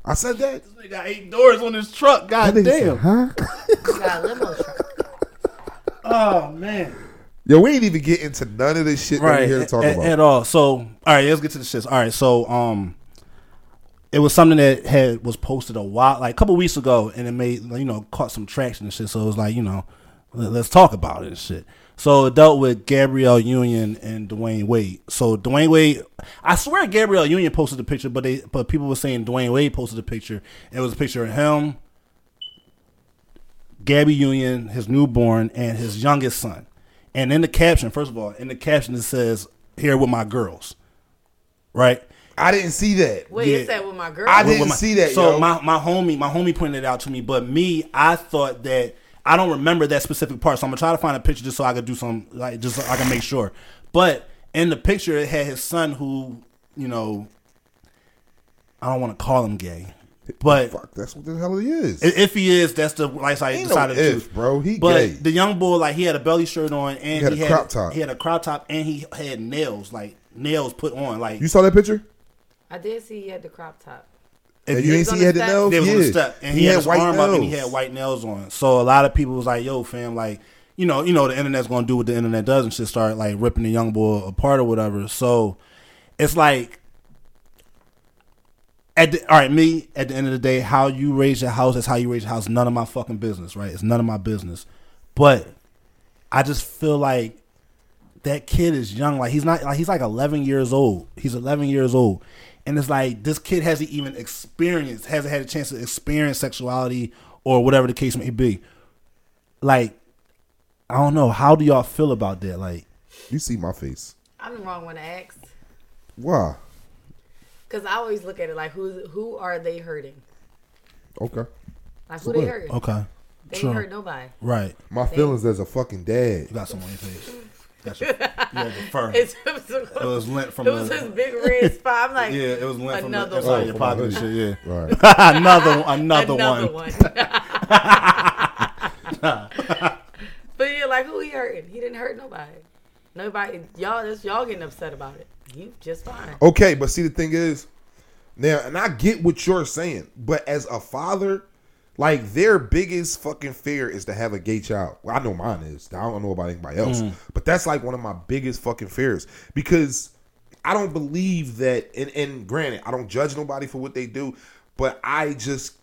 B: I said that.
A: They got eight doors on his truck. God
B: That nigga said,
A: damn.
B: huh?
C: You got a limo truck.
A: Oh man.
B: (laughs) Yo, we ain't even get into none of this shit that we
A: Right.
B: here to
A: At,
B: talk about.
A: at all. So all right, let's get to the shits. All right, so um it was something that had was posted a while like a couple weeks ago and it made like, you know, caught some traction and shit. So it was like, you know, let, us talk about it and shit. So it dealt with Gabrielle Union and Dwayne Wade. So Dwayne Wade, I swear Gabrielle Union posted the picture, but they but people were saying Dwayne Wade posted the picture. It was a picture of him, Gabby Union, his newborn, and his youngest son. And in the caption, first of all, in the caption it says, "Here with my girls," right?
B: I didn't see that.
C: Wait,
A: Yeah.
C: it's that with my girl.
B: I
A: With-
B: didn't
A: with my-
B: see that,
A: So
B: yo.
A: my my homie, my homie pointed it out to me, but me, I thought that I don't remember that specific part. So I'm gonna try to find a picture just so I could do some like just so I can make sure. But in the picture, it had his son who, you know, I don't want to call him gay, but
B: Fuck, that's what the hell he is.
A: I- If he is, that's the like I
B: Ain't no
A: decided to
B: if,
A: choose,
B: bro. He
A: but
B: gay.
A: the young boy, like he had a belly shirt on, and he
B: had
A: had,
B: a crop top.
A: He had a crop top, and he had nails, like nails put on, like
B: you saw that picture?
C: I did see he had the crop top.
B: And
A: if
B: you
A: you-
B: ain't see
C: was on
B: he had
C: the
B: the
C: step.
B: nails.
A: they was
B: yeah.
A: on the step, and he, had, his arm up, and he
B: nails.
A: had white nails on. So a lot of people was like, "Yo, fam, like you know, you know, the internet's gonna do what the internet does, and shit start like ripping the young boy apart or whatever." So it's like. At the, all right, me at the end of the day, how you raise your house, that's how you raise your house. None of my fucking business, right? It's none of my business. But I just feel like that kid is young. Like he's not like he's like 11 years old. He's 11 years old, and it's like this kid hasn't even experienced, hasn't had a chance to experience sexuality or whatever the case may be. Like, I don't know. How do y'all feel about that? Like,
B: You see my face.
C: I'm the wrong one to ask.
B: Why?
C: Because I always look at it like, who's, who are they hurting?
B: Okay.
C: Like, who they
B: What?
C: hurting?
A: okay,
C: They
A: true.
C: ain't hurt nobody. (laughs)
A: right?
B: My feelings as a fucking dad.
A: You got some on your face. Got your, you had the fur.
C: (laughs) It's,
A: it was lint from
C: it was this
A: the. (laughs)
C: big red spot. I'm like,
A: Yeah, it was lint from the
C: Another
A: inside
C: one.
A: your
B: Oh,
A: pocket and
B: from
A: shit. Yeah,
B: Right.
A: (laughs) another another,
C: another
A: one. (laughs)
C: one. (laughs) but yeah, like who he hurting? He didn't hurt nobody. Nobody, y'all, that's y'all getting upset about it. You just fine.
B: Okay, but see the thing is, now and I get what you're saying, but as a father, like their biggest fucking fear is to have a gay child. Well, I know mine is. I don't know about anybody else, but that's like one of my biggest fucking fears because I don't believe that. And, and granted, I don't judge nobody for what they do, but I just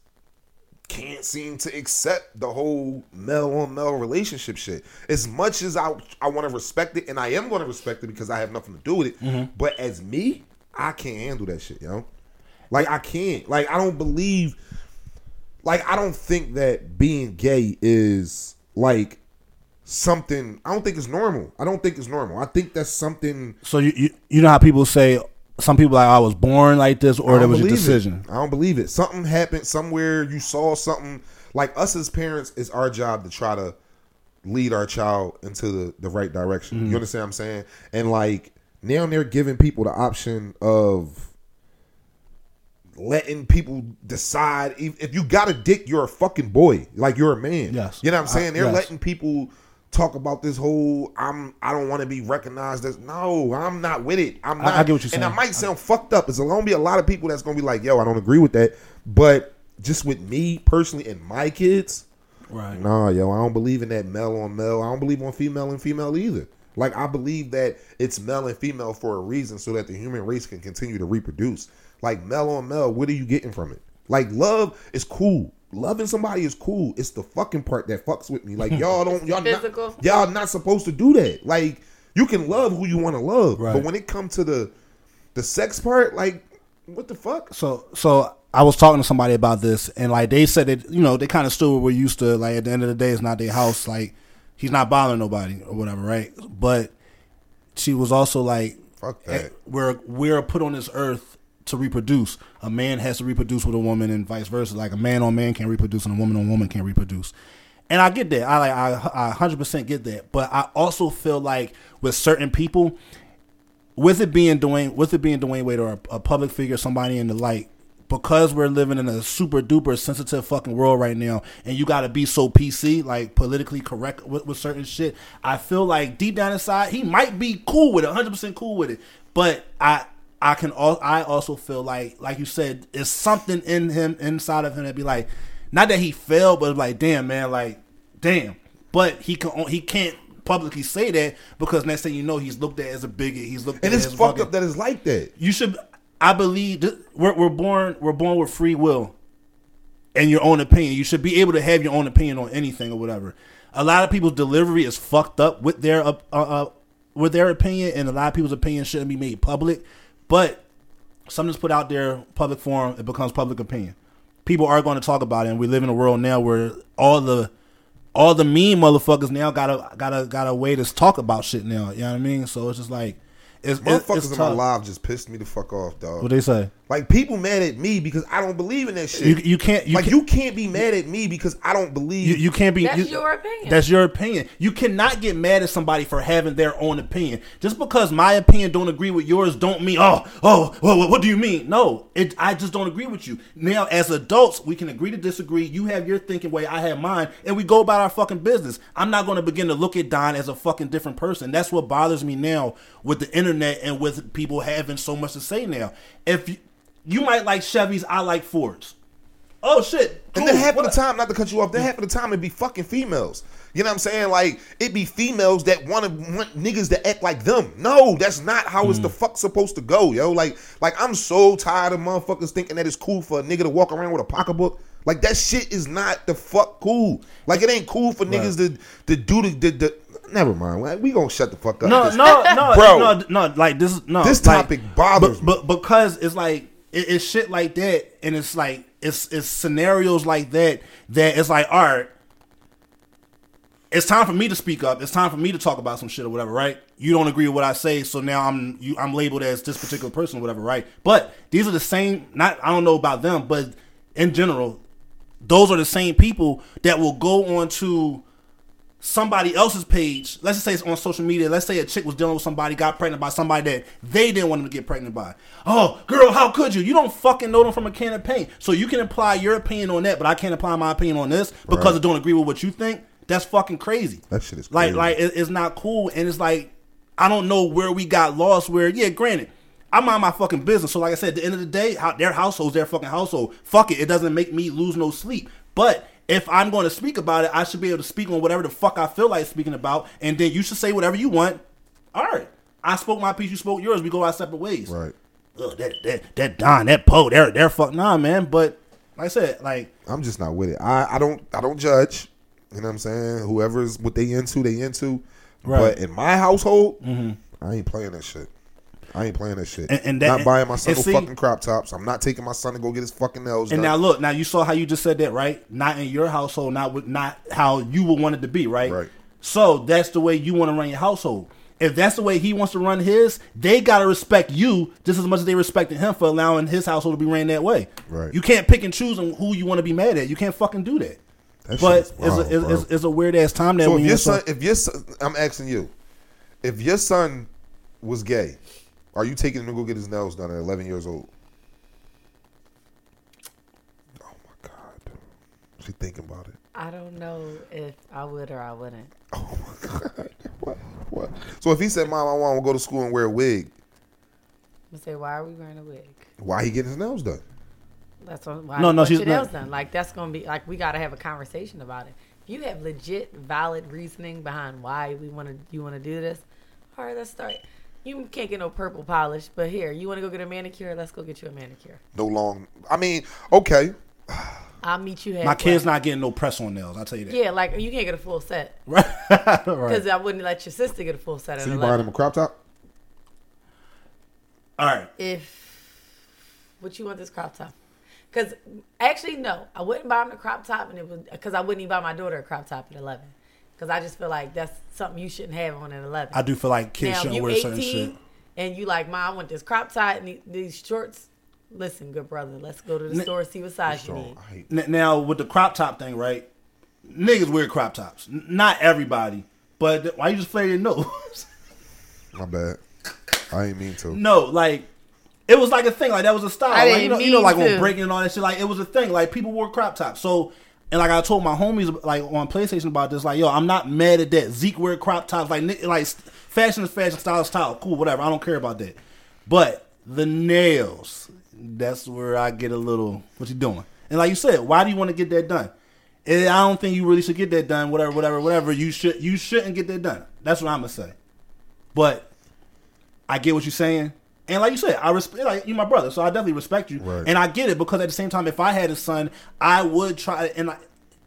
B: can't seem to accept the whole male on male relationship shit. As much as I I want to respect it, and I am going to respect it because I have nothing to do with it. But as me, I can't handle that shit, yo. Like I can't. Like I don't believe. Like I don't think that being gay is like something. I don't think it's normal. I don't think it's normal. I think that's something.
A: So you, you you know how people say some people like "Oh, I was born like this or
B: I
A: that
B: don't
A: was your
B: believe it.
A: decision.
B: I don't believe it. Something happened somewhere. You saw something. Like us as parents, it's our job to try to lead our child into the, the right direction.
A: Mm.
B: You understand what I'm saying? And like now they're giving people the option of letting people decide if, if you got a dick you're a fucking boy like you're a man
A: Yes.
B: you know what i'm saying
A: I-
B: they're
A: yes.
B: letting people talk about this whole i'm i don't want to be recognized as no i'm not with it i'm
A: I- I
B: not
A: get what you're
B: and i
A: saying.
B: might sound fucked up it's gonna be a lot of people that's gonna be like yo i don't agree with that but just with me personally and my kids
A: Right.
B: Nah, yo, I don't believe in that male on male. I don't believe on female and female either. Like I believe that it's male and female for a reason, so that the human race can continue to reproduce. Like male on male, what are you getting from it? Like love is cool. Loving somebody is cool. It's the fucking part that fucks with me. Like y'all don't y'all
C: physical.
B: not y'all not supposed to do that. Like you can love who you want to love,
A: Right.
B: but when it comes to the the sex part, like what the fuck?
A: So so I was talking to somebody about this and like they said that you know they kind of still were used to like at the end of the day it's not their house like he's not bothering nobody or whatever right but she was also like
B: Fuck that.
A: we're we're put on this earth to reproduce a man has to reproduce with a woman and vice versa like a man on man can't reproduce and a woman on woman can't reproduce and i get that i like i, I 100% get that but i also feel like with certain people with it being Dwayne, with it being Dwayne Wade or a, a public figure, somebody in the light, because we're living in a super duper sensitive fucking world right now, and you gotta be so PC, like politically correct with, with certain shit. I feel like deep down inside, he might be cool with it, hundred percent cool with it, but I. I can all. I also feel like, like you said, it's something in him, inside of him, that be like, not that he failed, but like, damn, man, like, damn. But he can. on- He can't publicly say that because next thing you know, he's looked at as a bigot. He's looked
B: And
A: at
B: it's
A: as a
B: fucked
A: fucking-
B: up that it's like that.
A: you should. I believe th- we're, we're born we're born with free will, and your own opinion. You should be able to have your own opinion on anything or whatever. A lot of people's delivery is fucked up with their uh, uh, uh, with their opinion, and a lot of people's opinion shouldn't be made public. But something's put out there, public forum, it becomes public opinion. People are going to talk about it, and we live in a world now where all the all the mean motherfuckers now got a got a got a way to talk about shit now. You know what I mean? So it's just like it's, it's,
B: Motherfuckers
A: it's
B: in my
A: tough.
B: life just pissed me the fuck off, dog.
A: What they say?
B: Like people mad at me because I don't believe in that shit.
A: You, you can't. You
B: like
A: can't,
B: you can't be mad at me because I don't believe.
A: you, you can't be.
C: That's
A: you-
C: your opinion.
A: That's your opinion. You cannot get mad at somebody for having their own opinion. Just because my opinion don't agree with yours, don't mean oh oh well, what, what do you mean? No, it, I just don't agree with you. Now, as adults, we can agree to disagree. You have your thinking way, I have mine, and we go about our fucking business. I'm not going to begin to look at Don as a fucking different person. That's what bothers me now with the internet and with people having so much to say now. If you, you might like Chevys, I like Fords. Oh shit!
B: and
A: cool,
B: then half of the
A: what-
B: time, not to cut you off, then half of the time it'd be fucking females. You know what I'm saying? Like it'd be females that want to want niggas to act like them. No, that's not how
A: Mm.
B: it's the fuck supposed to go, yo. Like, like I'm so tired of motherfuckers thinking that it's cool for a nigga to walk around with a pocketbook. Like that shit is not the fuck cool. Like it ain't cool for niggas to to do the, the, the Never mind. Like, We gonna shut the fuck up.
A: No,
B: This-
A: no,
B: (laughs)
A: no,
B: Bro.
A: no, no. Like this, no.
B: This
A: like,
B: topic bothers me.
A: but, but because it's like it, it's shit like that, and it's like it's it's scenarios like that that it's like all right. It's time for me to speak up. It's time for me to talk about some shit or whatever, right? You don't agree with what I say, so now I'm you, I'm labeled as this particular person or whatever, right? But these are the same. Not I don't know about them, but in general, those are the same people that will go on to somebody else's page, let's just say it's on social media, let's say a chick was dealing with somebody, got pregnant by somebody that they didn't want them to get pregnant by. Oh, girl, how could you? You don't fucking know them from a can of paint. So you can apply your opinion on that, but I can't apply my opinion on this because
B: Right.
A: I don't agree with what you think. That's fucking crazy.
B: That shit is
A: like
B: crazy.
A: like it- it's not cool and it's like I don't know where we got lost where yeah, granted. I mind my fucking business. So like I said, at the end of the day, how their household's their fucking household. Fuck it. It doesn't make me lose no sleep. But if I'm going to speak about it, I should be able to speak on whatever the fuck I feel like speaking about, and then you should say whatever you want. All right. I spoke my piece, you spoke yours, we go our separate ways.
B: Right.
A: Ugh, that, that that Don, that Poe, they're they're fuck nah, man. But like I said, like
B: I'm just not with it. I, I don't I don't judge. You know what I'm saying? Whoever's what they into, they into.
A: Right. Mm-hmm.
B: But in my household, I ain't playing that shit. I ain't playing that shit.
A: And- and that-
B: not buying my son
A: and
B: no
A: see-
B: fucking crop tops. I'm not taking my son to go get his fucking nails
A: And
B: done.
A: now look, now you saw how you just said that, right? Not in your household, not with, not how you would want it to be, right?
B: Right.
A: So that's the way you want to run your household. If that's the way he wants to run his, they gotta respect you just as much as they respected him for allowing his household to be ran that way.
B: Right.
A: You can't pick and choose on who you want to be mad at. You can't fucking do that.
B: That
A: but
B: shit
A: it's,
B: is wild,
A: a,
B: bro.
A: it's, it's a weird ass time that
B: So
A: we
B: if
A: in,
B: your
A: so-
B: son, if your son, I'm asking you, if your son was gay, are you taking him to go get his nails done at 11 years old? Oh my god, she thinking about it.
C: I don't know if I would or I wouldn't.
B: Oh my god, (laughs) what? What? So if he said, "Mom, I want to go to school and wear a wig,"
C: I'm say, why are we wearing a wig?
B: why he getting his nails done?
C: That's what, why
A: No, no,
C: what
A: she's
C: your
A: not-
C: nails done. Like that's gonna be like we gotta have a conversation about it. If you have legit, valid reasoning behind why we want to, you want to do this. All right, let's start. You can't get no purple polish, but here you want to go get a manicure. Let's go get you a manicure.
B: No long. I mean, okay,
C: I'll meet you halfway.
A: my kid's not getting no press on nails. I tell you that.
C: Yeah, like you can't get a full set
A: (laughs)
C: (laughs)
A: Right. right.
C: because I wouldn't let your sister get a full set.
B: so
C: So
B: you buying him a crop top?
A: All right.
C: if would you want this crop top? Because actually, no, I wouldn't buy him the crop top, and it would because I wouldn't even buy my daughter a crop top at eleven. Because I just feel like that's something you shouldn't have on at eleven.
A: I do feel like kids
C: now, if
A: shouldn't
C: you
A: wear certain shit.
C: eighteen and you like, mom, I want this crop top and the- these shorts. Listen, good brother, let's go to the store see what size you need.
B: Oh, I hate-
A: N- now with the crop top thing, right? Niggas wear crop tops. N- not everybody, but th- why you just flare your (laughs) nose?
B: my bad. I ain't mean to.
A: no, like it was like a thing. Like that was a style.
C: I
A: Like, you
C: didn't
A: know, you know,
C: mean
A: like
C: to.
A: on breaking and all that shit. Like it was a thing. Like people wore crop tops. So. And like I told my homies like on PlayStation about this, like yo, I'm not mad at that. Zeke wear crop tops, like ni- like st- fashion is fashion, style is style, cool, whatever. I don't care about that. But the nails, that's where I get a little. What you doing? And like you said, why do you want to get that done? And I don't think you really should get that done. Whatever, whatever, whatever. You should you shouldn't get that done. That's what I'm gonna say. But I get what you're saying. And like you said, I respect like you my brother, so I definitely respect you.
B: Right.
A: And I get it because at the same time, if I had a son, I would try and I,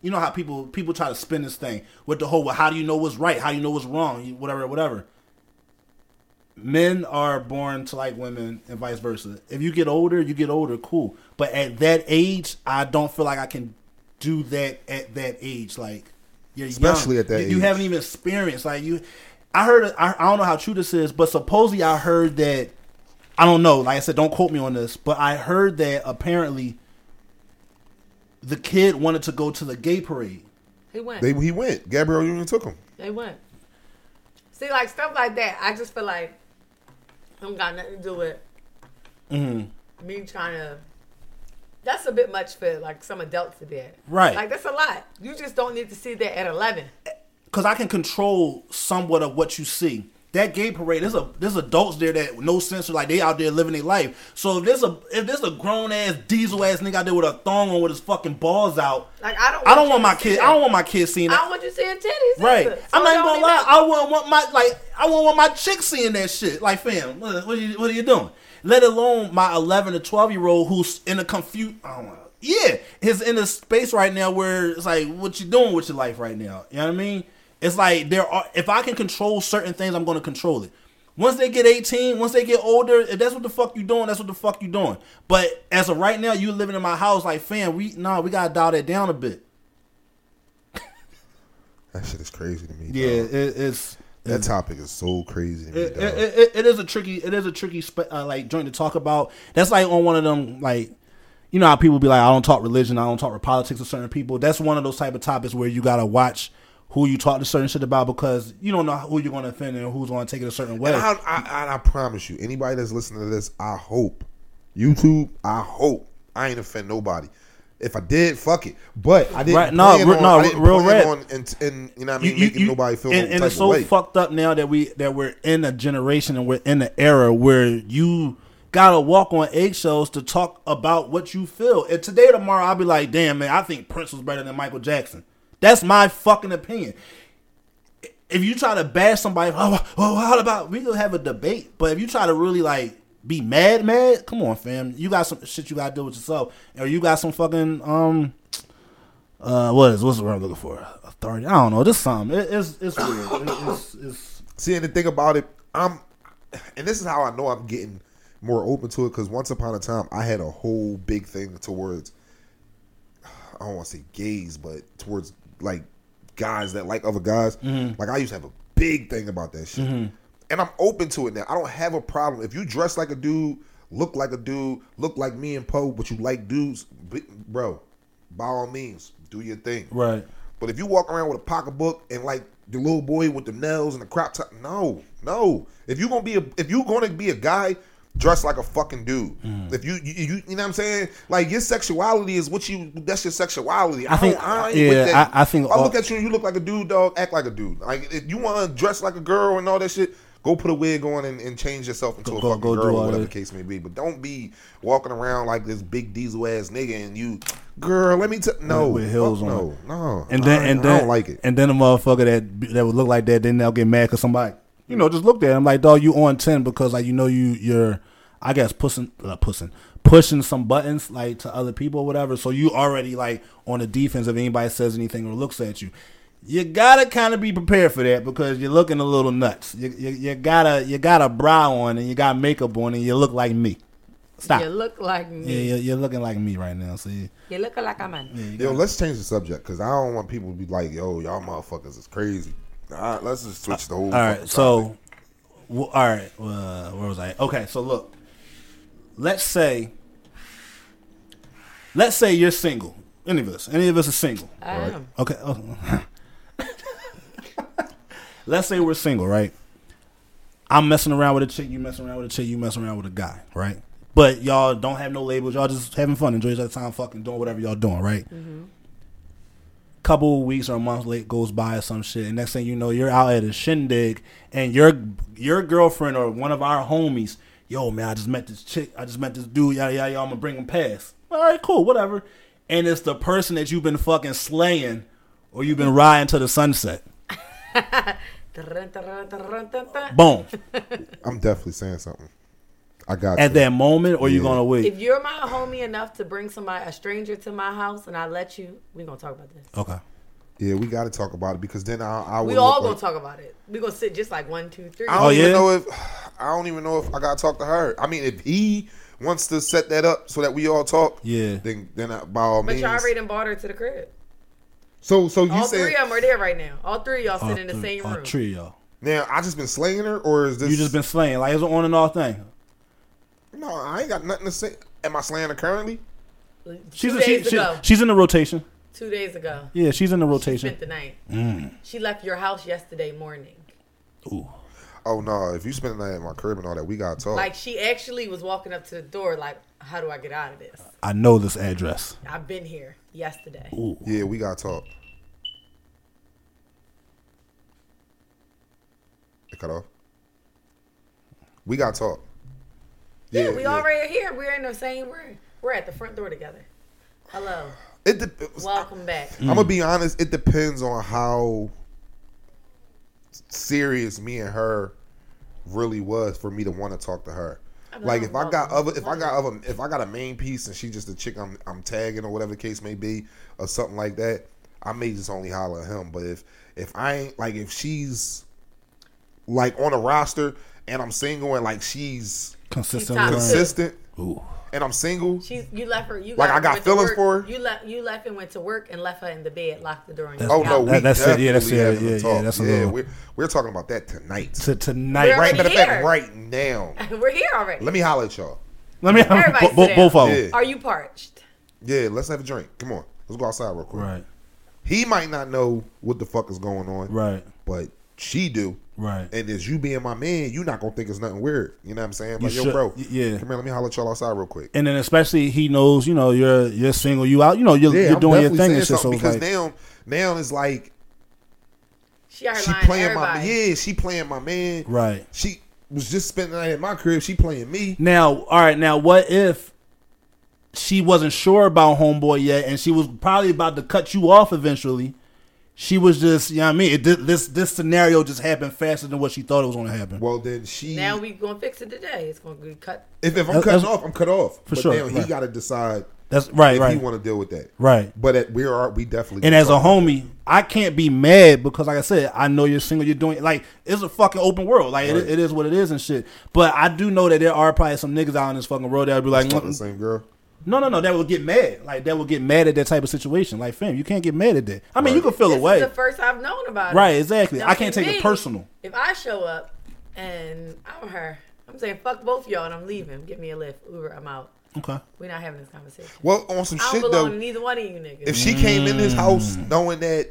A: you know how people people try to spin this thing with the whole well, how do you know what's right, how do you know what's wrong, You- whatever, whatever. Men are born to like women and vice versa. If you get older, you get older, cool. But at that age, I don't feel like I can do that at that age. Like you're
B: Especially
A: young.
B: at that
A: you, you
B: age.
A: haven't even experienced like you. I heard I, I don't know how true this is, but supposedly I heard that I don't know. Like I said, don't quote me on this, but I heard that apparently the kid wanted to go to the gay parade.
C: He went.
B: They
C: They,
B: he went. Gabrielle Union took him.
C: went. See, like stuff like that. I just feel like don't got nothing to do with
A: Mm-hmm.
C: me trying to. That's a bit much for like some adults to be at.
A: Right.
C: Like that's a lot. You just don't need to see that at eleven.
A: because I can control somewhat of what you see. That gay parade, there's a there's adults there that no censor, like they out there living their life. So if there's a if there's a grown ass diesel ass nigga out there with a thong on with his fucking balls out,
C: Like I don't.
A: I don't
C: you
A: want
C: to
A: my
C: see
A: kid.
C: that.
A: I don't want my kids seeing
C: I
A: that.
C: don't want you seeing titties.
A: Right.
C: either. So
A: I'm
C: it
A: not even
C: don't
A: gonna
C: even-
A: lie. I wouldn't want my like. I wouldn't want my chick seeing that shit. Like, fam, what what are you, what are you doing? Let alone my 11 to 12 year old who's in a confused. I don't know. Yeah, he's in a space right now where it's like, what you doing with your life right now? You know what I mean? It's like there are. If I can control certain things, I'm going to control it. Once they get 18, once they get older, if that's what the fuck you doing, that's what the fuck you doing. But as of right now, you living in my house, like, fam, we nah, we gotta dial that down a bit.
B: That shit is crazy to me.
A: Yeah,
B: dog.
A: it, it's
B: that topic is so crazy to me.
A: it,
B: dog.
A: it, it- it is a tricky it is a tricky spe- uh, like joint to talk about that's like on one of them like you know how people be like i don't talk religion i don't talk with politics with certain people that's one of those type of topics where you gotta watch who you talk to certain shit about because you don't know who you're gonna offend and who's gonna take it a certain way
B: And I, I, I, I promise you, anybody that's listening to this, I hope YouTube, I hope I ain't offend nobody. If I did, fuck it. But I didn't.
A: Right, no,
B: plan
A: re-
B: on,
A: no,
B: I didn't
A: real
B: plan
A: rap.
B: on and, and you know what I
A: You-
B: mean.
A: you-
B: making
A: you-
B: nobody feel
A: and,
B: no
A: and
B: type
A: it's so
B: of way.
A: fucked up now that we that we're in a generation and we're in an era where you gotta walk on eggshells to talk about what you feel. And today or tomorrow I'll be like, damn man, I think Prince was better than Michael Jackson. That's my fucking opinion. If you try to bash somebody, oh, oh how about we gonna have a debate? But if you try to really like be mad, mad, come on, fam. You got some shit you gotta deal with yourself, or you got some fucking um uh, what is what's the word I'm looking for? Authority? I don't know. Just something. It, it's it's weird. It- it's, it's
B: See, and the thing about it, I'm and this is how I know I'm getting more open to it because once upon a time I had a whole big thing towards I don't want to say gays, but towards like guys that like other guys. Like I used to have a big thing about that shit, and I'm open to it now. I don't have a problem if you dress like a dude, look like a dude, look like me and Poe, but you like dudes, b- bro. By all means, do your thing.
A: Right.
B: But if you walk around with a pocketbook and like the little boy with the nails and the crop top, no, no. If you gonna be a, if you gonna be a guy, dressed like a fucking dude.
A: Mm.
B: If you, you, you, you know what I'm saying? Like your sexuality is what you. That's your sexuality. I,
A: think-
B: don't, I ain't
A: yeah,
B: with that.
A: I- I think
B: If I
A: all-
B: look at you. You look like a dude, dog. Act like a dude. Like if you want to dress like a girl and all that shit. Go put a wig on and, and change yourself into a
A: go-
B: fucking
A: go do
B: girl,
A: all
B: or whatever the
A: that.
B: case may be. But don't be walking around like this big diesel ass nigga and you, girl. Let me tell no
A: With heels
B: fuck
A: on.
B: no no.
A: And then
B: I,
A: and
B: I
A: then
B: don't like it.
A: And then the motherfucker that that would look like that, then they'll get mad because somebody, you know, just looked at him like, dog, you on ten because like you know you you're, I guess pushing, uh, pushing, pushing some buttons like to other people or whatever. So you already like on the defense if anybody says anything or looks at you. You gotta kind of be prepared for that because you're looking a little nuts. You, you, you gotta you got a brow on and you got makeup on and you look like me. Stop.
C: You look like
A: Yeah,
C: me.
A: you're, you're looking like me right now. So you,
C: You look like a man.
B: Yo, let's change the subject because I don't want people to be like, "Yo, y'all motherfuckers is crazy." All right, let's just switch the whole.
A: All
B: fucking
A: right,
B: topic.
A: so, w all right, uh, where was I? at? Okay, so look, let's say, let's say you're single. Any of us, any of us are single.
C: I
B: Right.
C: am.
A: Okay, oh. (laughs) let's say we're single, right? I'm messing around with a chick, you messing around with a chick, you messing around with a guy, right? But y'all don't have no labels, y'all just having fun, enjoy each other's time, fucking doing whatever y'all doing, right? couple of weeks or a month late goes by or some shit, and next thing you know, you're out at a shindig, and your your girlfriend or one of our homies, yo man, I just met this chick, I just met this dude, yada yada, yada I'm gonna bring him past. All right, cool, whatever. And it's the person that you've been fucking slaying, or you've been riding to the sunset.
C: Dun, dun, dun, dun, dun, dun. (laughs)
A: Boom.
B: I'm definitely saying something. I got
A: At
B: you.
A: that moment, or you gonna wait?
C: If you're my homie enough to bring somebody, a stranger to my house, and I let you, we gonna talk about this.
A: Okay.
B: Yeah, we got to talk about it because then I, I
C: We
B: would
C: all
B: look
C: gonna
B: like-
C: talk about it. We gonna sit just like one, two, three.
B: I don't
A: Oh,
B: even
A: yeah?
B: know if I don't even know if I gotta talk to her. I mean, if he wants to set that up so that we all talk,
A: Yeah.
B: then then I, by all
C: but
B: means.
C: y'all already done bought her to the crib.
B: so so you
C: All
B: said
C: three of them are there right now. All three of y'all
A: All
C: sit in the
A: Oh, Uh, three-
C: same
A: all
C: room.
A: three of y'all.
B: now I just been slanging her or is this
A: You just been slaying like it's an on and off thing.
B: no? I ain't got nothing to say. Am I slaying her currently?
C: Two
A: She's a, she,
C: days
A: she,
C: ago.
A: she's in the rotation.
C: two days ago.
A: Yeah, she's in the rotation.
C: Spent the night. She left your house yesterday morning.
A: Ooh.
B: Oh no! If you spend the night at my crib and all that, we gotta talk.
C: Like she actually was walking up to the door. Like, how do I get out of this?
A: I know this address.
C: I've been here yesterday.
B: yeah, we gotta talk. It cut off. We gotta talk.
C: Yeah, we already are here. We're in the same room. We're at the front door together. Hello.
B: It dep-
C: Welcome back.
B: I'm gonna be honest. It depends on how serious me and her really was for me to want to talk to her.
C: I
B: Like if I
C: love
B: got
C: her.
B: other, if I got other, if I got a main piece and she just a chick I'm I'm tagging or whatever the case may be or something like that, I may just only holler at him. But if if I ain't like if she's like on a roster and I'm single and like she's
A: Consistent.
C: She's
A: with her.
C: toxic.
B: consistent
A: Ooh.
B: and I'm single,
C: She's you left her. You
B: Like,
C: left
B: I got
C: went to
B: feelings
C: work.
B: for her?
C: You left. You left and went to work and left her in the bed, locked the door. And
A: That's-
B: oh no,
A: That-
B: we
A: that's it. Yeah, that's
B: definitely
A: it.
B: having a
A: Yeah, yeah,
B: talk.
A: that's a
B: yeah.
A: little-
B: We're we're talking about that tonight.
A: to tonight.
C: We're
B: Right, matter of fact,
C: Here.
B: right now.
C: (laughs) we're here already.
B: Let me holler at y'all.
A: Let me
C: Everybody
A: bo- bo-
C: sit
A: both
B: down.
A: of them.
C: Are you parched?
B: Yeah, let's have a drink. Come on, let's go outside real quick.
A: Right,
B: He might not know what the fuck is going on,
A: right,
B: but she do.
A: right.
B: And as you being my man, you not gonna think it's nothing weird. You know what I'm saying? Like,
A: You
B: yo,
A: should-
B: bro,
A: y- yeah.
B: Come here, let me holler at y'all outside real quick.
A: And then especially he knows, you know, you're you're single, you out, you know, you're,
B: Yeah,
A: you're
B: I'm
A: doing your
B: definitely
A: thing
B: saying
A: and shit. So
B: something
A: it's
B: because
A: like,
B: now, now it's like
C: She are
B: she
C: lying to
B: playing my
C: everybody.
B: yeah, she playing my man.
A: right
B: She was just spending the night at my crib. She playing me.
A: now, all right, now what if she wasn't sure about homeboy yet, and she was probably about to cut you off eventually? She was just, you know what I mean? It, did- this this scenario just happened faster than what she thought it was going to happen.
B: Well, then she.
C: Now we gonna fix it today. It's gonna be cut.
B: if, if I'm
A: That's-
B: cutting
A: that's-
B: off, I'm cut off.
A: For
B: but
A: sure,
B: Now he
A: right.
B: got to decide.
A: That's right,
B: if
A: right,
B: he want to deal with that.
A: right.
B: But at, we are we definitely
A: And
B: gonna
A: as a
B: talk about
A: homie, I can't be mad because, like I said, I know you're single. You're doing like it's a fucking open world. Like it, it is what it is and shit. But I do know that there are probably some niggas out in this fucking world that'll be like, "Mm,
B: the same girl.
A: no, no, no, that will get mad. Like that will get mad at that type of situation. Like, fam, you can't get mad at that. I mean, you can feel
C: This
A: away,
C: is the first I've known about it.
A: right? Exactly.
C: Now,
A: I can't
C: with
A: take it
C: me,
A: personal.
C: If I show up and I'm her, I'm saying fuck both y'all and I'm leaving. Give me a lift, Uber. I'm out.
A: Okay.
C: We're not having this conversation.
B: Well, on some
C: I don't
B: shit
C: belong to
B: though,
C: neither one of you niggas.
B: if she came in this house
A: Mm.
B: knowing that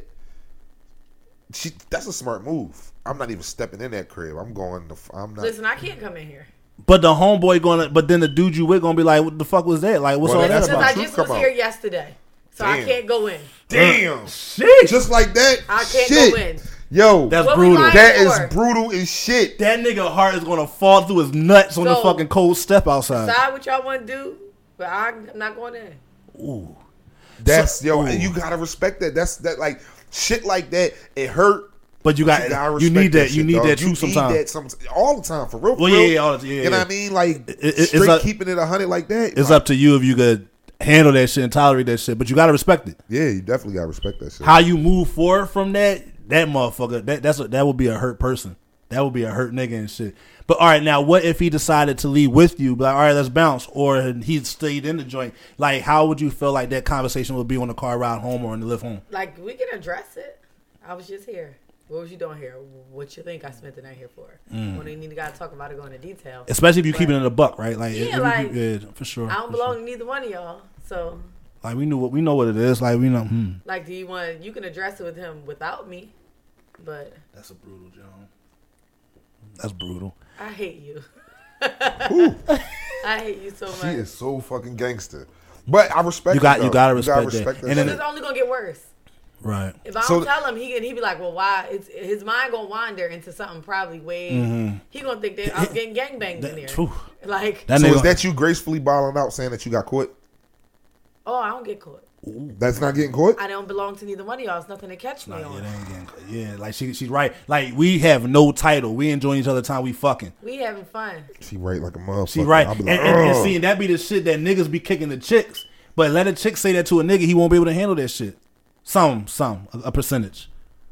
B: she that's a smart move. I'm not even stepping in that crib. I'm going. To, I'm not.
C: Listen, I can't come in here.
A: But the homeboy gonna, but then the dude you with gonna be like, what the fuck was that? Like, what's
B: Well,
A: all that
B: that's
C: Because
A: about?
C: I
B: truth
C: just
B: come
C: was
B: out.
C: here yesterday. So I
B: Damn.
C: can't go in.
B: Damn.
A: Shit,
B: Just like that.
C: I can't
B: shit.
C: go in.
B: Yo,
A: That's
B: that's
C: What we
A: brutal.
C: lying
B: that is
C: for?
B: brutal as shit.
A: that nigga heart is gonna fall through his nuts on the
C: So-
A: fucking cold step outside.
C: Decide what y'all want to do, but I'm not going in.
A: Ooh.
B: That's yo.
A: Ooh.
B: You gotta respect that. That's that like shit like that. It hurt.
A: But you
B: You
A: got
B: gotta
A: you,
B: respect
A: need that. you
B: shit,
A: need
B: dog.
A: that too
B: need
A: sometimes.
B: that some- all the time for real. For
A: Well, yeah,
B: real.
A: yeah, all the- yeah,
B: You
A: yeah.
B: know what I mean? Like
A: it- it's
B: straight
A: up-
B: keeping it hundred like that.
A: It's
B: like,
A: up to you if you could handle that shit and tolerate that shit. But you gotta respect it.
B: Yeah, you definitely gotta respect that shit.
A: How you move forward from that, that motherfucker, that that's a, that would be a hurt person. That would be a hurt nigga and shit. But all right, now what if he decided to leave with you? Be Like, all right, let's bounce, or he stayed in the joint. Like, how would you feel like that conversation would be on the car ride home or on the lift home?
C: Like, we can address it. I was just here. What was you doing here? What you think I spent the night here for? When we need to gotta talk about it, go into detail.
A: Especially if you keep it in a buck, right? Like, if
C: Yeah,
A: you-
C: like,
A: yeah, for sure.
C: I don't
A: for
C: belong
A: sure.
C: to neither one of y'all. So,
A: Like, we knew what we know what it is. Like, we know. Hmm.
C: like, do you want? You can address it with him without me, but
A: That's a brutal John. That's brutal.
C: I hate you. (laughs) I hate you so much.
B: She is so fucking gangster. But I respect
A: You got-
B: it,
A: you
B: though.
A: gotta respect that. And
B: shit.
A: then-
C: It's only gonna get worse.
A: Right.
C: If I
B: So-
C: don't tell him, he can he be like, well, why? It's his mind gonna wander into something probably way. He gonna think that I was getting gangbanged
A: Mm-hmm. That-
C: in there.
A: phew.
C: Like,
A: That
B: so
A: nigga,
B: is that you gracefully bawling out saying that you got caught?
C: oh, I don't get caught.
B: That's not getting caught?
C: I don't belong to neither one of y'all. It's nothing to catch me
A: Nah, yeah,
C: on.
A: they ain't getting cl- yeah, like she, she's right. Like we have no title. We enjoying each other time we fucking.
C: We having fun.
B: She right like a motherfucker.
A: She right.
B: I'll be
A: And,
B: like,
A: and, and
B: "Ugh."
A: see, that be the shit that niggas be kicking the chicks. But let a chick say that to a nigga, he won't be able to handle that shit. Some, some, a, a percentage,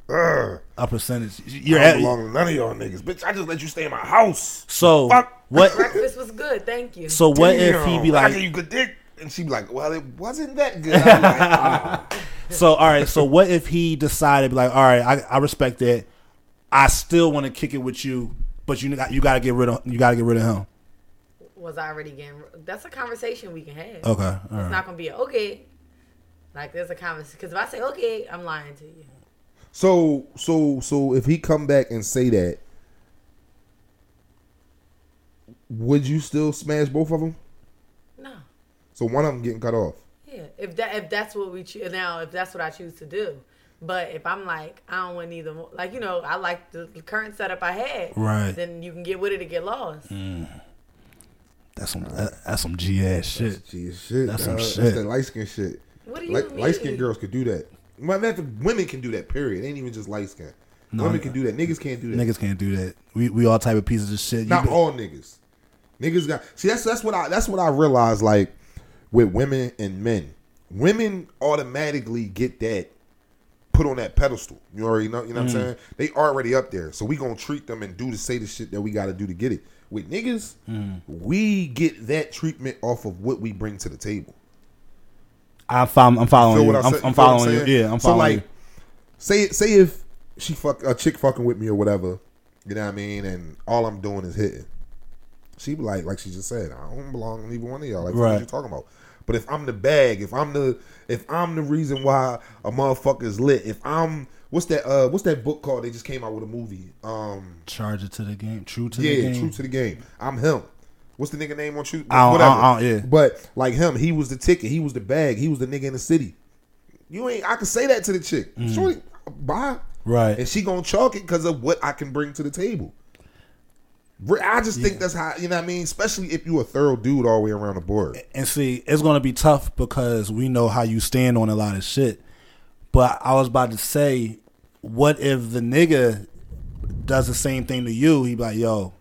B: Ugh.
A: a percentage. You're
B: I
A: at
B: don't belong to none of y'all niggas. Bitch, I just let you stay in my house.
A: so
B: Fuck.
A: what?
C: Breakfast was good. Thank you.
A: So what if he
B: Damn.
A: be
B: I gave
A: like?
B: you good dick. And she be like, well, it wasn't that good. I'm like, ah.
A: (laughs) So all right. So what if he decided be like, all right, I, I respect that. I still want to kick it with you, but you got you got to get rid of you got to get rid of him.
C: was I already getting? That's a conversation we can have.
A: Okay. All
C: It's
A: right.
C: not gonna be a, okay. Like there's a conversation. Because if I say okay, I'm lying to you.
B: So, so, so if he come back and say that, would you still smash both of them?
C: No.
B: So one of them getting cut off.
C: Yeah, if that if that's what we choose now, if that's what I choose to do. But if I'm like I don't want either, one- like you know, I like the current setup I had.
A: Right. Mm.
C: Then you can get with it and get lost.
A: That's some that, that's some G ass shit.
B: Gee, shit.
A: That's some
B: dog.
A: shit.
B: That's that light skin shit.
C: What do you
B: Light-
C: mean?
B: Light skinned girls could do that. Well, not that women can do that. Period. It ain't even just light skin. women can do that. Niggas can't do that.
A: Niggas can't do that. We we all type of pieces of shit. You
B: Not
A: be-
B: all niggas. Niggas got see. That's that's what I that's what I realized. Like with women and men, women automatically get that put on that pedestal. You already know. You know what I'm saying? They already up there. So we gonna treat them and do the say the shit that we got to do to get it. With niggas, we get that treatment off of what we bring to the table.
A: I follow, I'm
B: Feel
A: following you.
B: what
A: I'm,
B: said-
A: I'm
B: feel what
A: following you.
B: saying?
A: Yeah, I'm following
B: So like,
A: you.
B: say say if she fuck a chick fucking with me or whatever, you know what I mean, and all I'm doing is hitting. She be like, like she just said, I don't belong to either one of y'all. Like, what
A: Right.
B: you talking about? But if I'm the bag, if I'm the if I'm the reason why a motherfucker's lit, if I'm what's that uh what's that book called? They just came out with a movie. Um,
A: Charge it to the game. True to the
B: yeah,
A: game.
B: true to the game. I'm him. What's the nigga name on you?
A: I don't-
B: Whatever.
A: I don't- I don't- yeah.
B: But like him, he was the ticket. He was the bag. He was the nigga in the city. You ain't. I can say that to the chick. Shorty, bye.
A: Mm. Right.
B: And she gonna chalk it because of what I can bring to the table. Re- I just think that's how you know what I mean. Especially if you a thorough dude all the way around the board.
A: and see, it's gonna be tough because we know how you stand on a lot of shit. But I was about to say, what if the nigga does the same thing to you? He be like, yo,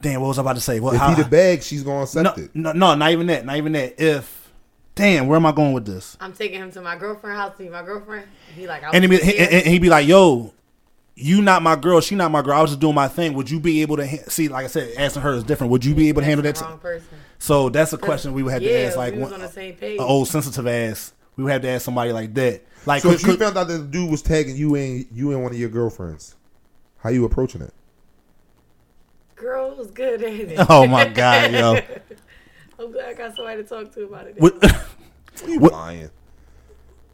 A: damn, what was I about to say? What,
B: If
A: how,
B: he the bag, she's gonna
A: no,
B: accept it.
A: no, no, not even that. Not even that. If damn, where am I going with this?
C: I'm taking him to my girlfriend's house to meet my girlfriend. He like, I
A: And
C: was
A: he'd be,
C: here.
A: and- and he'd be like, yo, you not my girl, she not my girl. I was just doing my thing. Would you be able to ha- see? Like I said, asking her is different. Would you be able to handle that?
C: That's the
A: t-
C: wrong person.
A: so that's a question we would have to
C: Yeah,
A: ask. Like
C: we was
A: one-
C: on the same page.
A: a old sensitive ass. We would have to ask somebody like that. Like
B: So
A: could-
B: if you
A: could-
B: found out that the dude was tagging you and you and one of your girlfriends, how you approaching it?
C: Girl was good (laughs) at it.
A: (laughs) oh my god, yo.
C: (laughs) I'm glad I got somebody to talk to about it.
A: What-
B: You
A: What-
B: lying.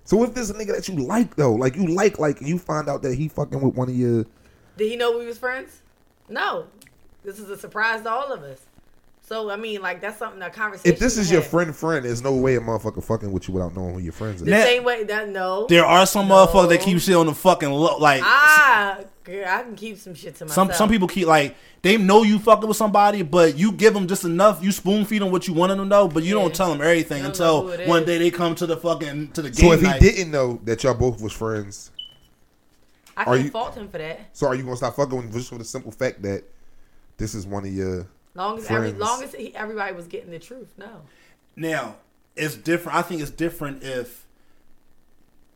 B: So if this nigga that you like though, like you like, like you find out that he fucking with one of your,
C: Did he know we was friends? No. This is a surprise to all of us. So I mean, like that's something that conversation.
B: if this
C: you
B: is your
C: have.
B: friend, friend, there's no way a motherfucker fucking with you without knowing who your friends
C: the
B: are.
A: Now-
C: same way that no.
A: (laughs) there are some motherfuckers that keep shit on the fucking low. Like
C: Ah, girl, I can keep some shit to myself.
A: some some people keep like they know you fucking with somebody, but you give them just enough. You spoon feed them what you want them to know, but you
C: Yeah.
A: don't tell them everything
C: Don't know
A: until
C: who it
A: one
C: is.
A: day they come to the fucking to the game.
B: So if he
A: night.
B: didn't know that y'all both was friends,
C: I
B: Are
C: can
B: you-
C: not fault him for that.
B: so are you gonna stop fucking with him just for the simple fact that this is one of your?
C: Long as every
B: Friends.
C: long as he, everybody was getting the truth. No.
A: Now, it's different. I think it's different if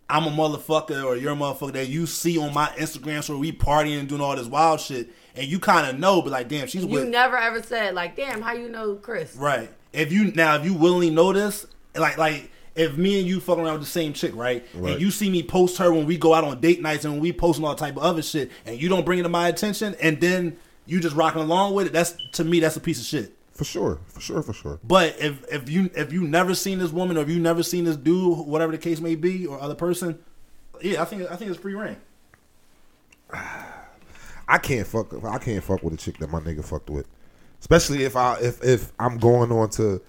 A: I'm a motherfucker or you're a motherfucker that you see on my Instagram story, we partying and doing all this wild shit, and you kind of know, but like, damn, she's
C: You
A: with
C: never ever said like, damn, how you know Chris?
A: right. If you now, if you willingly know this, like, like. If me and you fucking around with the same chick, right?
B: Right.
A: And you see me post her when we go out on date nights and when we posting all type of other shit, and you don't bring it to my attention, and then you just rocking along with it. That's to me, that's a piece of shit.
B: For sure, for sure, for sure.
A: But if if you if you never seen this woman or if you never seen this dude, whatever the case may be, or other person, yeah, I think I think it's free reign.
B: I can't fuck. I can't fuck with a chick that my nigga fucked with, especially if I if if I'm going on to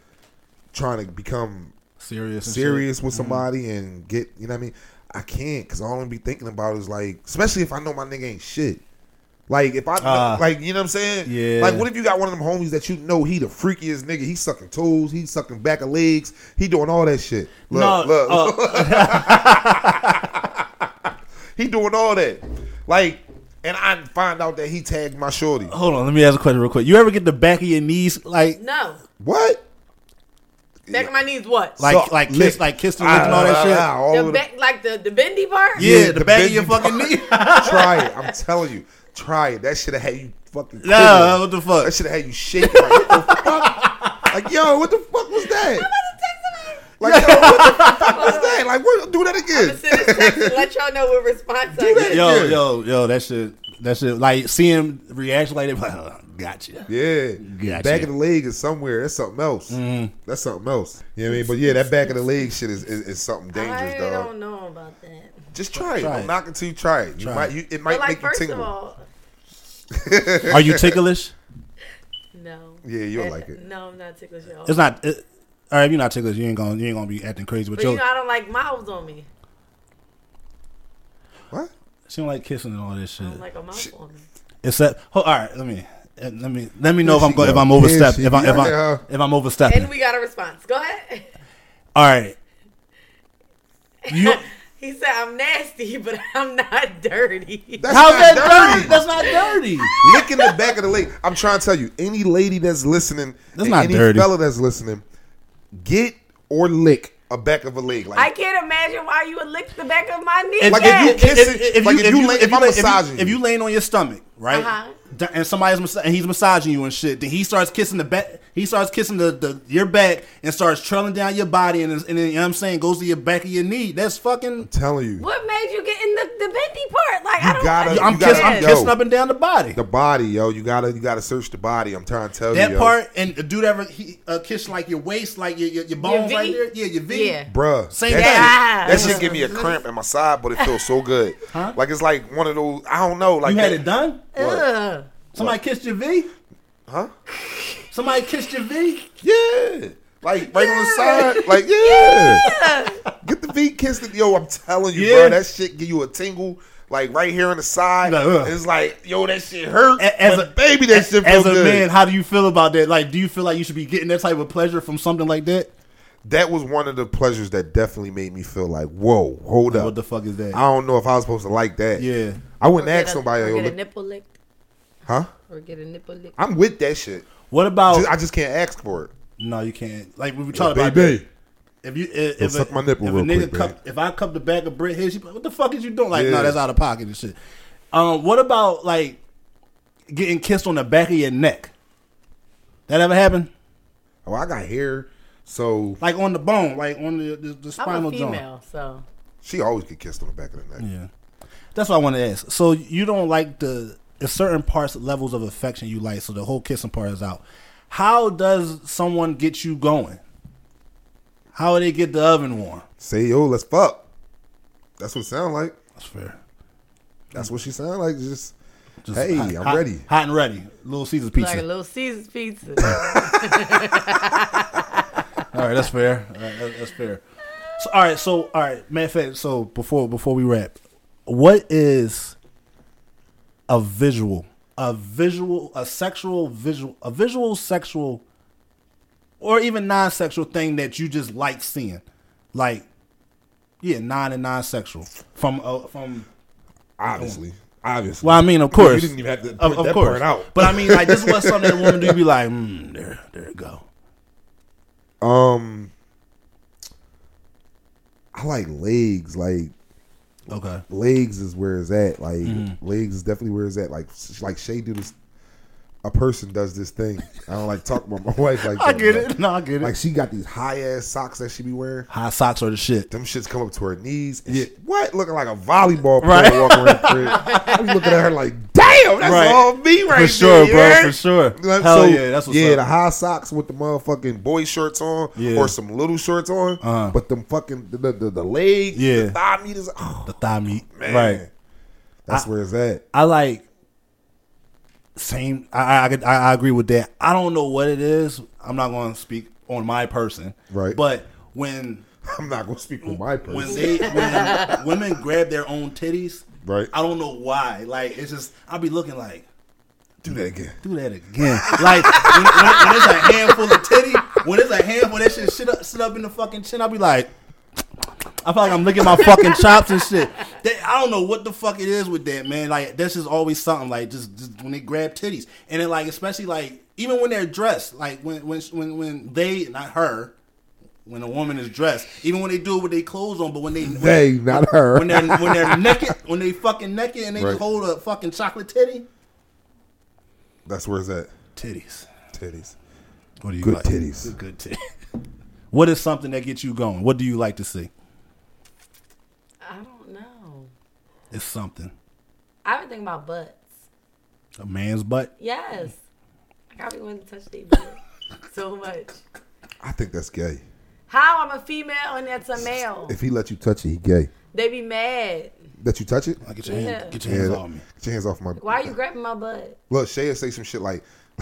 B: trying to become
A: Serious,
B: serious
A: Mm-hmm.
B: with somebody and get you know what I mean. I can't because all I'm be thinking about is like, especially if I know my nigga ain't shit. Like if I
A: Ah.
B: like, you know what I'm saying?
A: Yeah.
B: Like what if you got one of them homies that you know he the freakiest nigga? He sucking toes, he sucking back of legs, he doing all that shit. Look,
A: No,
B: look,
A: uh,
B: (laughs) he doing all that. Like, and I find out that he tagged my shorty.
A: Hold on, let me ask a question real quick. You ever get the back of your knees like
C: No.
B: What?
C: Back of my knees. What?
A: like
B: Suck,
A: like kiss
B: lick.
A: like kissing and licking all that shit?
B: Ah, all
C: the
B: of
C: back, like the the bendy part.
A: yeah,
B: Yeah,
A: the,
B: the
A: back of
B: bend
A: your
B: you-
A: fucking knee.
B: (laughs) Try it. I'm telling you. Try it. That should have had you fucking.
A: nah,
B: quivering.
A: what the fuck?
B: (laughs) That should have had you shaking. Like, what the fuck? Like, yo, what the fuck was that? Like, yo, what the fuck was
C: (laughs)
B: that? Like, what, do that
C: I'm
B: again.
C: sending text
A: (laughs)
C: to let y'all know what response I
B: that.
C: get.
A: Yo,
B: Yeah.
A: yo, yo, that shit, that shit. Like seeing reaction like that, (laughs) like, oh, gotcha.
B: Yeah,
A: Gotcha. Mm-hmm.
B: back of the leg is somewhere. That's something else. That's something else. You know what I mean? But yeah, that back of the leg shit is, is, is something dangerous,
C: I
B: dog.
C: don't know about that.
B: Just try it.
A: Try
B: I'm
A: it.
B: not going to try it. You
A: Try
B: might,
A: it.
B: you, it
C: But
B: might
C: like,
B: make you
C: first of
B: tingle.
C: all,
A: Are you ticklish?
C: no.
B: Yeah, you'll
C: That-
B: like it.
C: No, I'm not ticklish at all.
A: It's not. It, all right, if you're not ticklish, you ain't gonna you ain't gonna be acting crazy. But,
C: but
A: yo,
C: you know, I don't like mouths on me.
B: What?
A: she don't like kissing and all this shit.
C: I don't like a mouth on me.
A: Except, oh, all right. Let me eh, let me let me know if
B: Here
A: I'm
B: she
A: going if
B: go.
A: I'm
B: Here
A: overstepping
B: she
A: if I if
B: go.
A: I if I'm
C: And
A: overstepping.
C: we got a response. Go ahead. (laughs)
A: All right. You
C: (laughs) He said, I'm nasty, (laughs) but I'm not dirty.
B: That's
A: how's
B: not
A: that dirty? That's not dirty.
B: licking the back of the leg. I'm trying to tell you, any lady that's listening,
A: That's
B: and
A: not
B: any
A: dirty.
B: fella that's listening, get or lick a back of a leg. Like,
C: I can't imagine why you would lick the back of my knee.
B: Like, if
C: Yeah.
B: you kiss it- like, if you lay- if I'm
A: lay-
B: massaging
A: if you,
B: you.
A: laying on your stomach, right,
C: Uh-huh.
A: d- and somebody's mas- and he's massaging you and shit, then he starts kissing the back. He starts kissing the, the your back and starts trailing down your body, and, is- and then, you know what I'm saying goes to your back of your knee. That's fucking.
B: I'm telling you,
C: What made you get in the, the bendy part? Like, I
B: You
C: don't
B: gotta-
C: I-
A: I'm
B: you gotta-
A: kissing. I'm
B: yo.
A: kissing up and down the body.
B: the body, yo, you gotta you gotta search the body. I'm trying to tell
A: That
B: you, yo.
A: part and the dude ever he uh, kissed like your waist, like your your, your bones
C: V?
A: right there. Yeah, your V.
C: Yeah.
B: Bruh,
A: Same
B: that,
A: thing.
C: Ah.
B: shit, that shit give me a cramp in my side, but it feels
A: (laughs)
B: so good. Like it's like one of those. I don't know. Like
A: You had
B: that-
A: it done.
B: What?
C: Ugh.
A: Somebody kissed your V.
B: Huh?
A: Somebody kissed your V.
B: Yeah. Like right on the side. Like yeah. Get the V kissed. Yo, I'm telling you,
A: Yeah.
B: bro. That shit give you a tingle. Like right here on the side.
A: Like, ugh.
B: it's like yo, that shit hurt.
A: A- as
B: but
A: a-
B: baby, that shit feel
A: As a
B: good.
A: man, how do you feel about that? Like, do you feel like you should be getting that type of pleasure from something like that?
B: That was one of the pleasures that definitely made me feel like, whoa, hold up.
A: What the fuck is that?
B: I don't know if I was supposed to like that.
A: yeah.
B: I wouldn't
C: Or get
B: ask
C: a-
B: somebody,
C: or
B: yo,
C: get a
B: look-
C: nipple licked.
B: huh?
C: Or get a nipple licked.
B: I'm with that shit.
A: What about?
B: Just- I just can't ask for it.
A: no, you can't. Like we were talking about.
B: baby.
A: If you if,
B: Yo,
A: if,
B: suck
A: a,
B: my nipple
A: if
B: real
A: a nigga
B: quick,
A: cup,
B: babe.
A: if I cup the bag of bread here, she be like, what the fuck is you doing? Like,
B: Yeah.
A: no, that's out of pocket and shit. Um, what about like getting kissed on the back of your neck? That ever happened?
B: Oh, I got hair, so
A: Like on the bone, like on the the, the spinal
C: I'm a
A: joint.
C: female, so
B: she always get kissed on the back of the neck.
A: Yeah, that's what I want to ask. So you don't like the it's certain parts levels of affection you like, so the whole kissing part is out. How does someone get you going? How do they get the oven warm?
B: Say yo, let's fuck. That's what it sound like.
A: That's fair.
B: That's what she sound like. Just,
A: Just
B: hey,
A: hot-
B: I'm
A: hot-
B: ready.
A: Hot and ready. Little Caesar's pizza.
C: like a little Caesar's pizza.
A: All right, that's fair. All right, that- that's fair. So, all right, so all right, matter of fact, so before before we wrap, what is a visual, a visual, a sexual visual, a visual sexual, or even non-sexual thing that you just like seeing, like yeah, non and non-sexual from uh, from.
B: Obviously, obviously.
A: Well, I mean, of course,
B: you didn't even have to point
A: of, of
B: that
A: course.
B: part out.
A: But I mean, like this was something that a woman do be like, mm, there, there it go.
B: Um, I like legs. Like
A: Okay,
B: legs is where it's at. Like
A: Mm-hmm.
B: legs is definitely where it's at. Like s- like Shay do this. A person does this thing. I don't like talk about my (laughs) wife like that.
A: I get
B: bro.
A: it. (laughs) No, I get it.
B: Like she got these high ass socks that she be wearing.
A: High socks are the shit.
B: Them shits come up to her knees. And she- what? Looking like a volleyball player
A: Right.
B: walking around. the crib.
A: (laughs)
B: I be looking at her like, damn, that's
A: Right.
B: all me right
A: For sure,
B: there,
A: bro.
B: you
A: For
B: heard?
A: sure.
B: You know what I'm
A: Hell
B: saying?
A: yeah, that's what's
B: yeah.
A: up.
B: The high socks with the motherfucking boy shirts on,
A: Yeah.
B: or some little shorts on,
A: Uh-huh.
B: but them fucking the the, the, the legs,
A: Yeah.
B: the thigh meat is. (sighs) Oh,
A: the thigh meat.
B: man.
A: Right.
B: That's where it's at.
A: I like same. I I, I could- I I agree with that. I don't know what it is. I'm not going to speak on my person.
B: Right.
A: But when
B: (laughs) I'm not gonna speak for my person.
A: when they
B: (laughs)
A: when women grab their own titties,
B: Right.
A: I don't know why. Like it's just I'll be looking like
B: Do that again.
A: do that again. Like when, when, when it's a handful of titty, when it's a handful that shit sit up, sit up in the fucking chin, I'll be like, I feel like I'm licking my fucking chops and shit. That, I don't know what the fuck it is with that man. Like that's just always something. Like just, just when they grab titties and then like especially like even when they're dressed, like when when when when they not her. When a woman is dressed, even when they do it with their clothes on, but when they
B: They, not her.
A: when they're when they're naked, when they fucking naked and they
B: Right.
A: hold a fucking chocolate titty,
B: That's where it's at.
A: titties.
B: Titties.
A: What do you
B: Good
A: like?
B: titties.
A: Good, good titties. (laughs) what is something that gets you going? What do you like to see?
C: I don't know.
A: It's something.
C: I've been thinking about butts.
A: A man's butt.
C: Yes, I be wanting to touch their butt so much.
B: I think that's gay.
C: How I'm a female and that's a male.
B: If he let you touch it, he gay.
C: They be mad.
B: Let you touch it?
A: Like get your hand,
C: Yeah.
A: get your hands
B: Yeah,
A: off me.
B: Get your hands off my.
C: Why are you grabbing my butt?
B: Look, Shay'll say some shit like (laughs)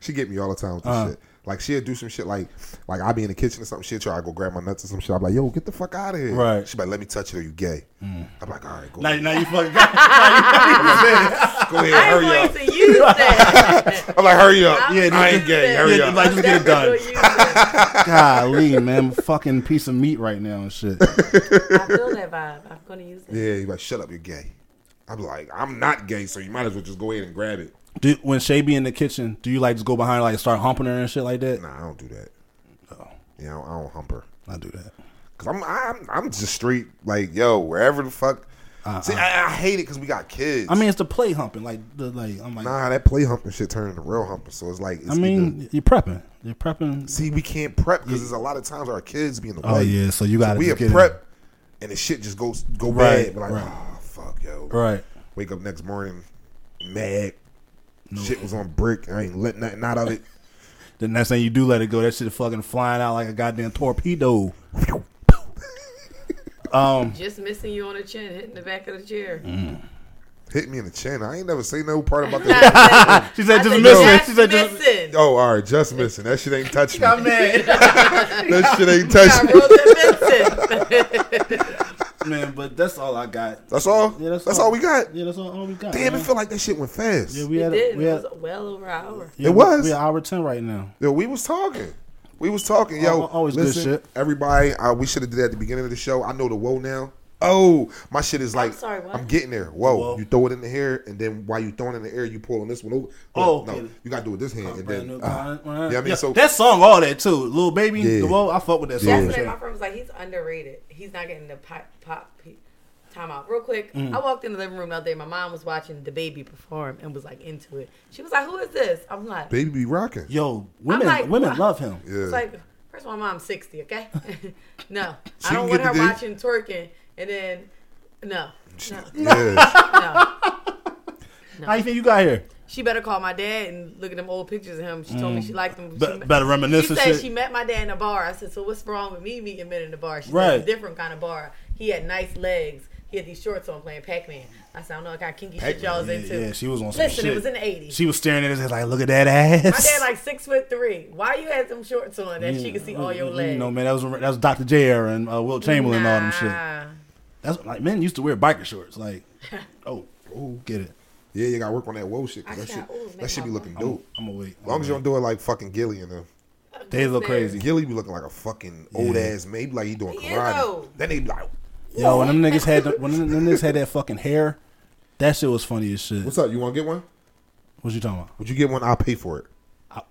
B: she get me all the time with this
A: Uh-huh.
B: shit. Like she'll do some shit like like I'll be in the kitchen or something, she'll try to go grab my nuts or some shit. I'm like, yo, get the fuck out of here.
A: Right. Mm.
B: She be like, let me touch it or you gay. I'm like, all right, go
A: Now,
B: ahead.
A: now you fucking got. (laughs) now you- now you said
B: Go ahead,
C: I ain't
B: hurry
C: going
B: up.
C: to
A: (laughs)
C: use that.
B: I'm like, hurry up.
C: I'm
B: I
A: just-
B: ain't gay. Hurry
A: yeah,
B: up.
A: like- just get it done.
C: Use that.
A: it.
B: (laughs)
A: Golly, man, I'm a fucking piece of meat right now and shit.
C: I feel that vibe. I'm going to use it.
B: yeah, you like, shut up, you're gay. I'm like, I'm not gay, so you might as well just go ahead and grab it.
A: Do, when Shay be in the kitchen, do you like just go behind her, like start humping her and shit like that?
B: Nah, I don't do that. Yeah, I don't, I don't hump her.
A: I do that.
B: Cause I'm, I'm, I'm just straight. Like, yo, wherever the fuck. See, I, I hate it because we got kids.
A: Uh-uh. I mean, it's the play humping, like the like. I'm like,
B: Nah, that play humping shit turned into real humping. So it's like, it's
A: I mean,
B: either-
A: you're prepping. You're prepping.
B: see, we can't prep because there's a lot of times our kids be in the way.
A: Oh yeah, so you got to
B: we
A: get
B: a
A: in.
B: prep, and the shit just goes go
A: Right,
B: bad. We're like,
A: right.
B: oh fuck, yo.
A: Right.
B: Wake up next morning, mad. Shit was on brick. I ain't let nothing out of it.
A: The next thing you do, let it go. That shit is fucking flying out like a goddamn
C: (laughs)
A: torpedo. (laughs) Um,
C: Just missing you on the chin, hitting the back of the chair.
A: Mm-hmm.
B: Hit me in the chin. I ain't never say no part about that. (laughs)
A: she said,
C: I
A: just
C: said,
A: miss it.
C: just
A: She said, just.
C: missing.
B: oh, all right, just missing. That shit (laughs) ain't touching
A: (laughs) I'm
B: me.
C: (laughs)
A: mad.
B: That shit (laughs) ain't
C: I
B: touching me.
A: (laughs)
C: wrote that missing.
A: Man, but that's all I got.
B: That's all.
A: Yeah, that's,
B: all. we got.
A: Yeah, that's all, all we got.
B: Damn,
A: man.
B: it feel like that shit went fast.
A: yeah,
B: Yeah,
A: we
C: It
A: had,
C: did.
A: we
C: It
A: had,
C: was well over an hour.
A: yeah,
B: It
A: we-
B: was.
A: We, are hour ten right now.
B: we was talking. We was talking, yo.
A: Al- always good
B: listen,
A: shit.
B: Everybody, uh, we should have did that at the beginning of the show. I know the woe now. Oh, my shit is like I'm,
C: sorry, what?
B: getting there. Whoa.
A: Whoa.
B: You throw it in the air and then while you throwing it in the air, you pulling this one over.
A: Oh,
B: no,
A: okay.
B: you gotta do it this hand and
A: Brand
B: then
A: new
B: uh,
A: Blind, blind.
B: yeah, I mean,
A: Yeah,
B: so-
A: that song, all that too, little baby,
B: Yeah.
A: the world, I fuck with that
B: Yeah.
A: song.
C: Yesterday, my friend was like, he's underrated. He's not getting the pop, pop he- time out. Real quick,
A: Mm.
C: I walked in the living room the other day. My mom was watching the baby perform and was like into it. She was like, who is this? I'm like,
B: baby be rocking.
A: Yo, women,
C: like,
A: women
C: what?
A: love him.
B: Yeah.
C: it's like, first of all, mom's 60, okay? (laughs) no,
B: She
C: I
B: can
C: don't want
B: get the
C: her
B: dick.
C: watching twerking and then, no, no,
B: yeah.
C: no.
A: How you think you got here?
C: She better call my dad and look at them old pictures of him. She told me she liked them.
A: Mm. Be-
C: she,
A: better reminisce
C: she
A: and
C: said
A: shit.
C: she met my dad in a bar. I said, so what's wrong with me meeting men in the bar? She said,
A: Right.
C: it's a different kind of bar. He had nice legs. He had these shorts on playing Pac Man. I said, I don't know what kind of kinky shit y'all was
A: Yeah,
C: into.
A: yeah, she was on some
C: Listen,
A: shit.
C: it was in the 80s.
A: She was staring at us like, look at that ass.
C: my
A: (laughs)
C: dad like six foot three. Why you had them shorts on that she could see all your legs?
A: You know, man, that was that was Dr. J era and uh, Will Chamberlain and all them shit.
C: Nah.
A: That's like men used to wear biker shorts.
C: (laughs)
A: Like, oh, oh, get it.
B: Yeah, you gotta work on that whoa shit. 'cause
C: I
B: That shit,
C: got- ooh,
B: that
C: make
B: should
C: my
B: be looking
A: I'm,
B: dope.
A: I'm gonna wait.
B: As long as you don't do it like fucking Gilly and them.
A: they look crazy.
B: Gilly be looking like a fucking old ass maybe like he doing
C: He is
B: karate.
C: old.
B: Then they be like,
A: Yo, when them niggas had the, when them, them niggas had that fucking hair, that shit was funny as shit.
B: What's up? You wanna get one?
A: What you talking about?
B: Would you get one? I'll pay for it.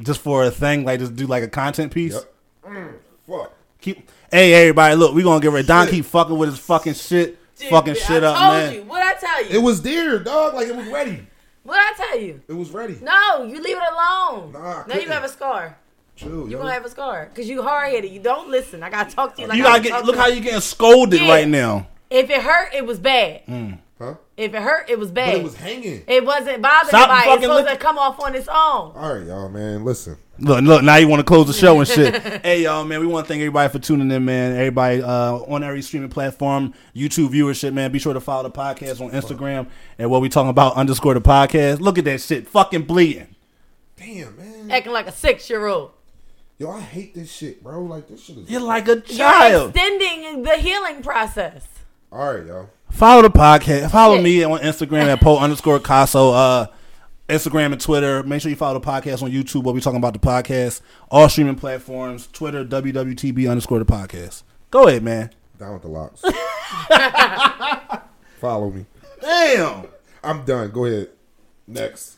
A: Just for a thing, like just do like a content piece.
B: Yep.
C: Mm.
B: Fuck.
A: Keep hey everybody, look, we gonna get rid. Don
B: Shit.
A: keep fucking with his fucking shit,
C: Dude,
A: fucking
C: I
A: shit up,
C: told
A: man.
C: you. What I tell
B: It
C: you?
B: was there, dog. Like it was ready.
C: What I tell you?
B: It was ready.
C: No, you leave it alone.
B: Nah, I
C: now you
B: couldn't.
C: have a scar.
B: Chill,
C: You
B: yo.
C: gonna have a scar because you hard headed. You don't listen. I gotta talk to you. Like
A: you
C: I
A: gotta
C: would talk
A: get
C: to
A: look
C: you.
A: how you getting scolded
C: Yeah.
A: right now.
C: If it hurt, it was bad.
A: Mm.
B: huh?
C: If it hurt, it was bad.
B: But it was hanging.
C: not
A: Stop
C: bothering nobody.
A: fucking
C: It's supposed
A: looking-
C: to come off on its own.
B: All right, y'all, man. Listen.
A: Look, look, now you want to close the show and shit. hey, y'all, man, we want to thank everybody for tuning in, man. Everybody uh, on every streaming platform, YouTube viewership, man. Be sure to follow the podcast on Instagram and what we talking about underscore the podcast. Look at that shit, fucking bleeding.
B: Damn, man.
C: Acting like a six year old.
B: Yo, I hate this shit, bro. Like this shit is.
A: You're like a
C: You're
A: child.
C: extending the healing process.
B: All right, y'all.
A: Follow the podcast. Follow
C: Shit.
A: me on Instagram at poll underscore Caso. Uh, Instagram and Twitter. Make sure you follow the podcast on YouTube. What we talking about the podcast? All streaming platforms. Twitter wwtb underscore the podcast. Go ahead, man.
B: Down with the
C: (laughs)
B: locks. Follow me.
A: Damn.
B: I'm done. Go ahead. Next.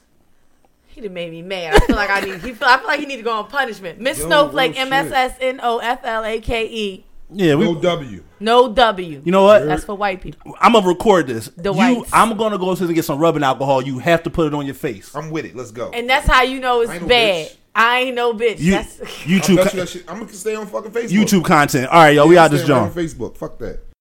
C: He done made me mad. I feel like I need. He feel, I feel like he need to go on punishment. Miss
B: Yo,
C: Snowflake.
B: real shit.
C: M S S N O F L A K E.
A: Yeah, we.
B: No W.
C: No W.
A: You know what?
C: That's for white people.
A: I'm gonna record this.
C: The
A: you,
C: whites.
A: I'm gonna go upstairs and get some rubbing alcohol. You have to put it on your face.
B: I'm with it. Let's go.
C: And that's how you know it's
B: I ain't no
C: bad.
B: bitch.
C: I ain't no bitch. (laughs)
A: You,
C: that's
B: I bet you
A: YouTube,
B: that shit. I'm gonna stay on fucking Facebook.
A: YouTube content. All right, yo, we
B: Yeah,
A: out this
B: stay right
A: joint.
B: on Facebook. Fuck that.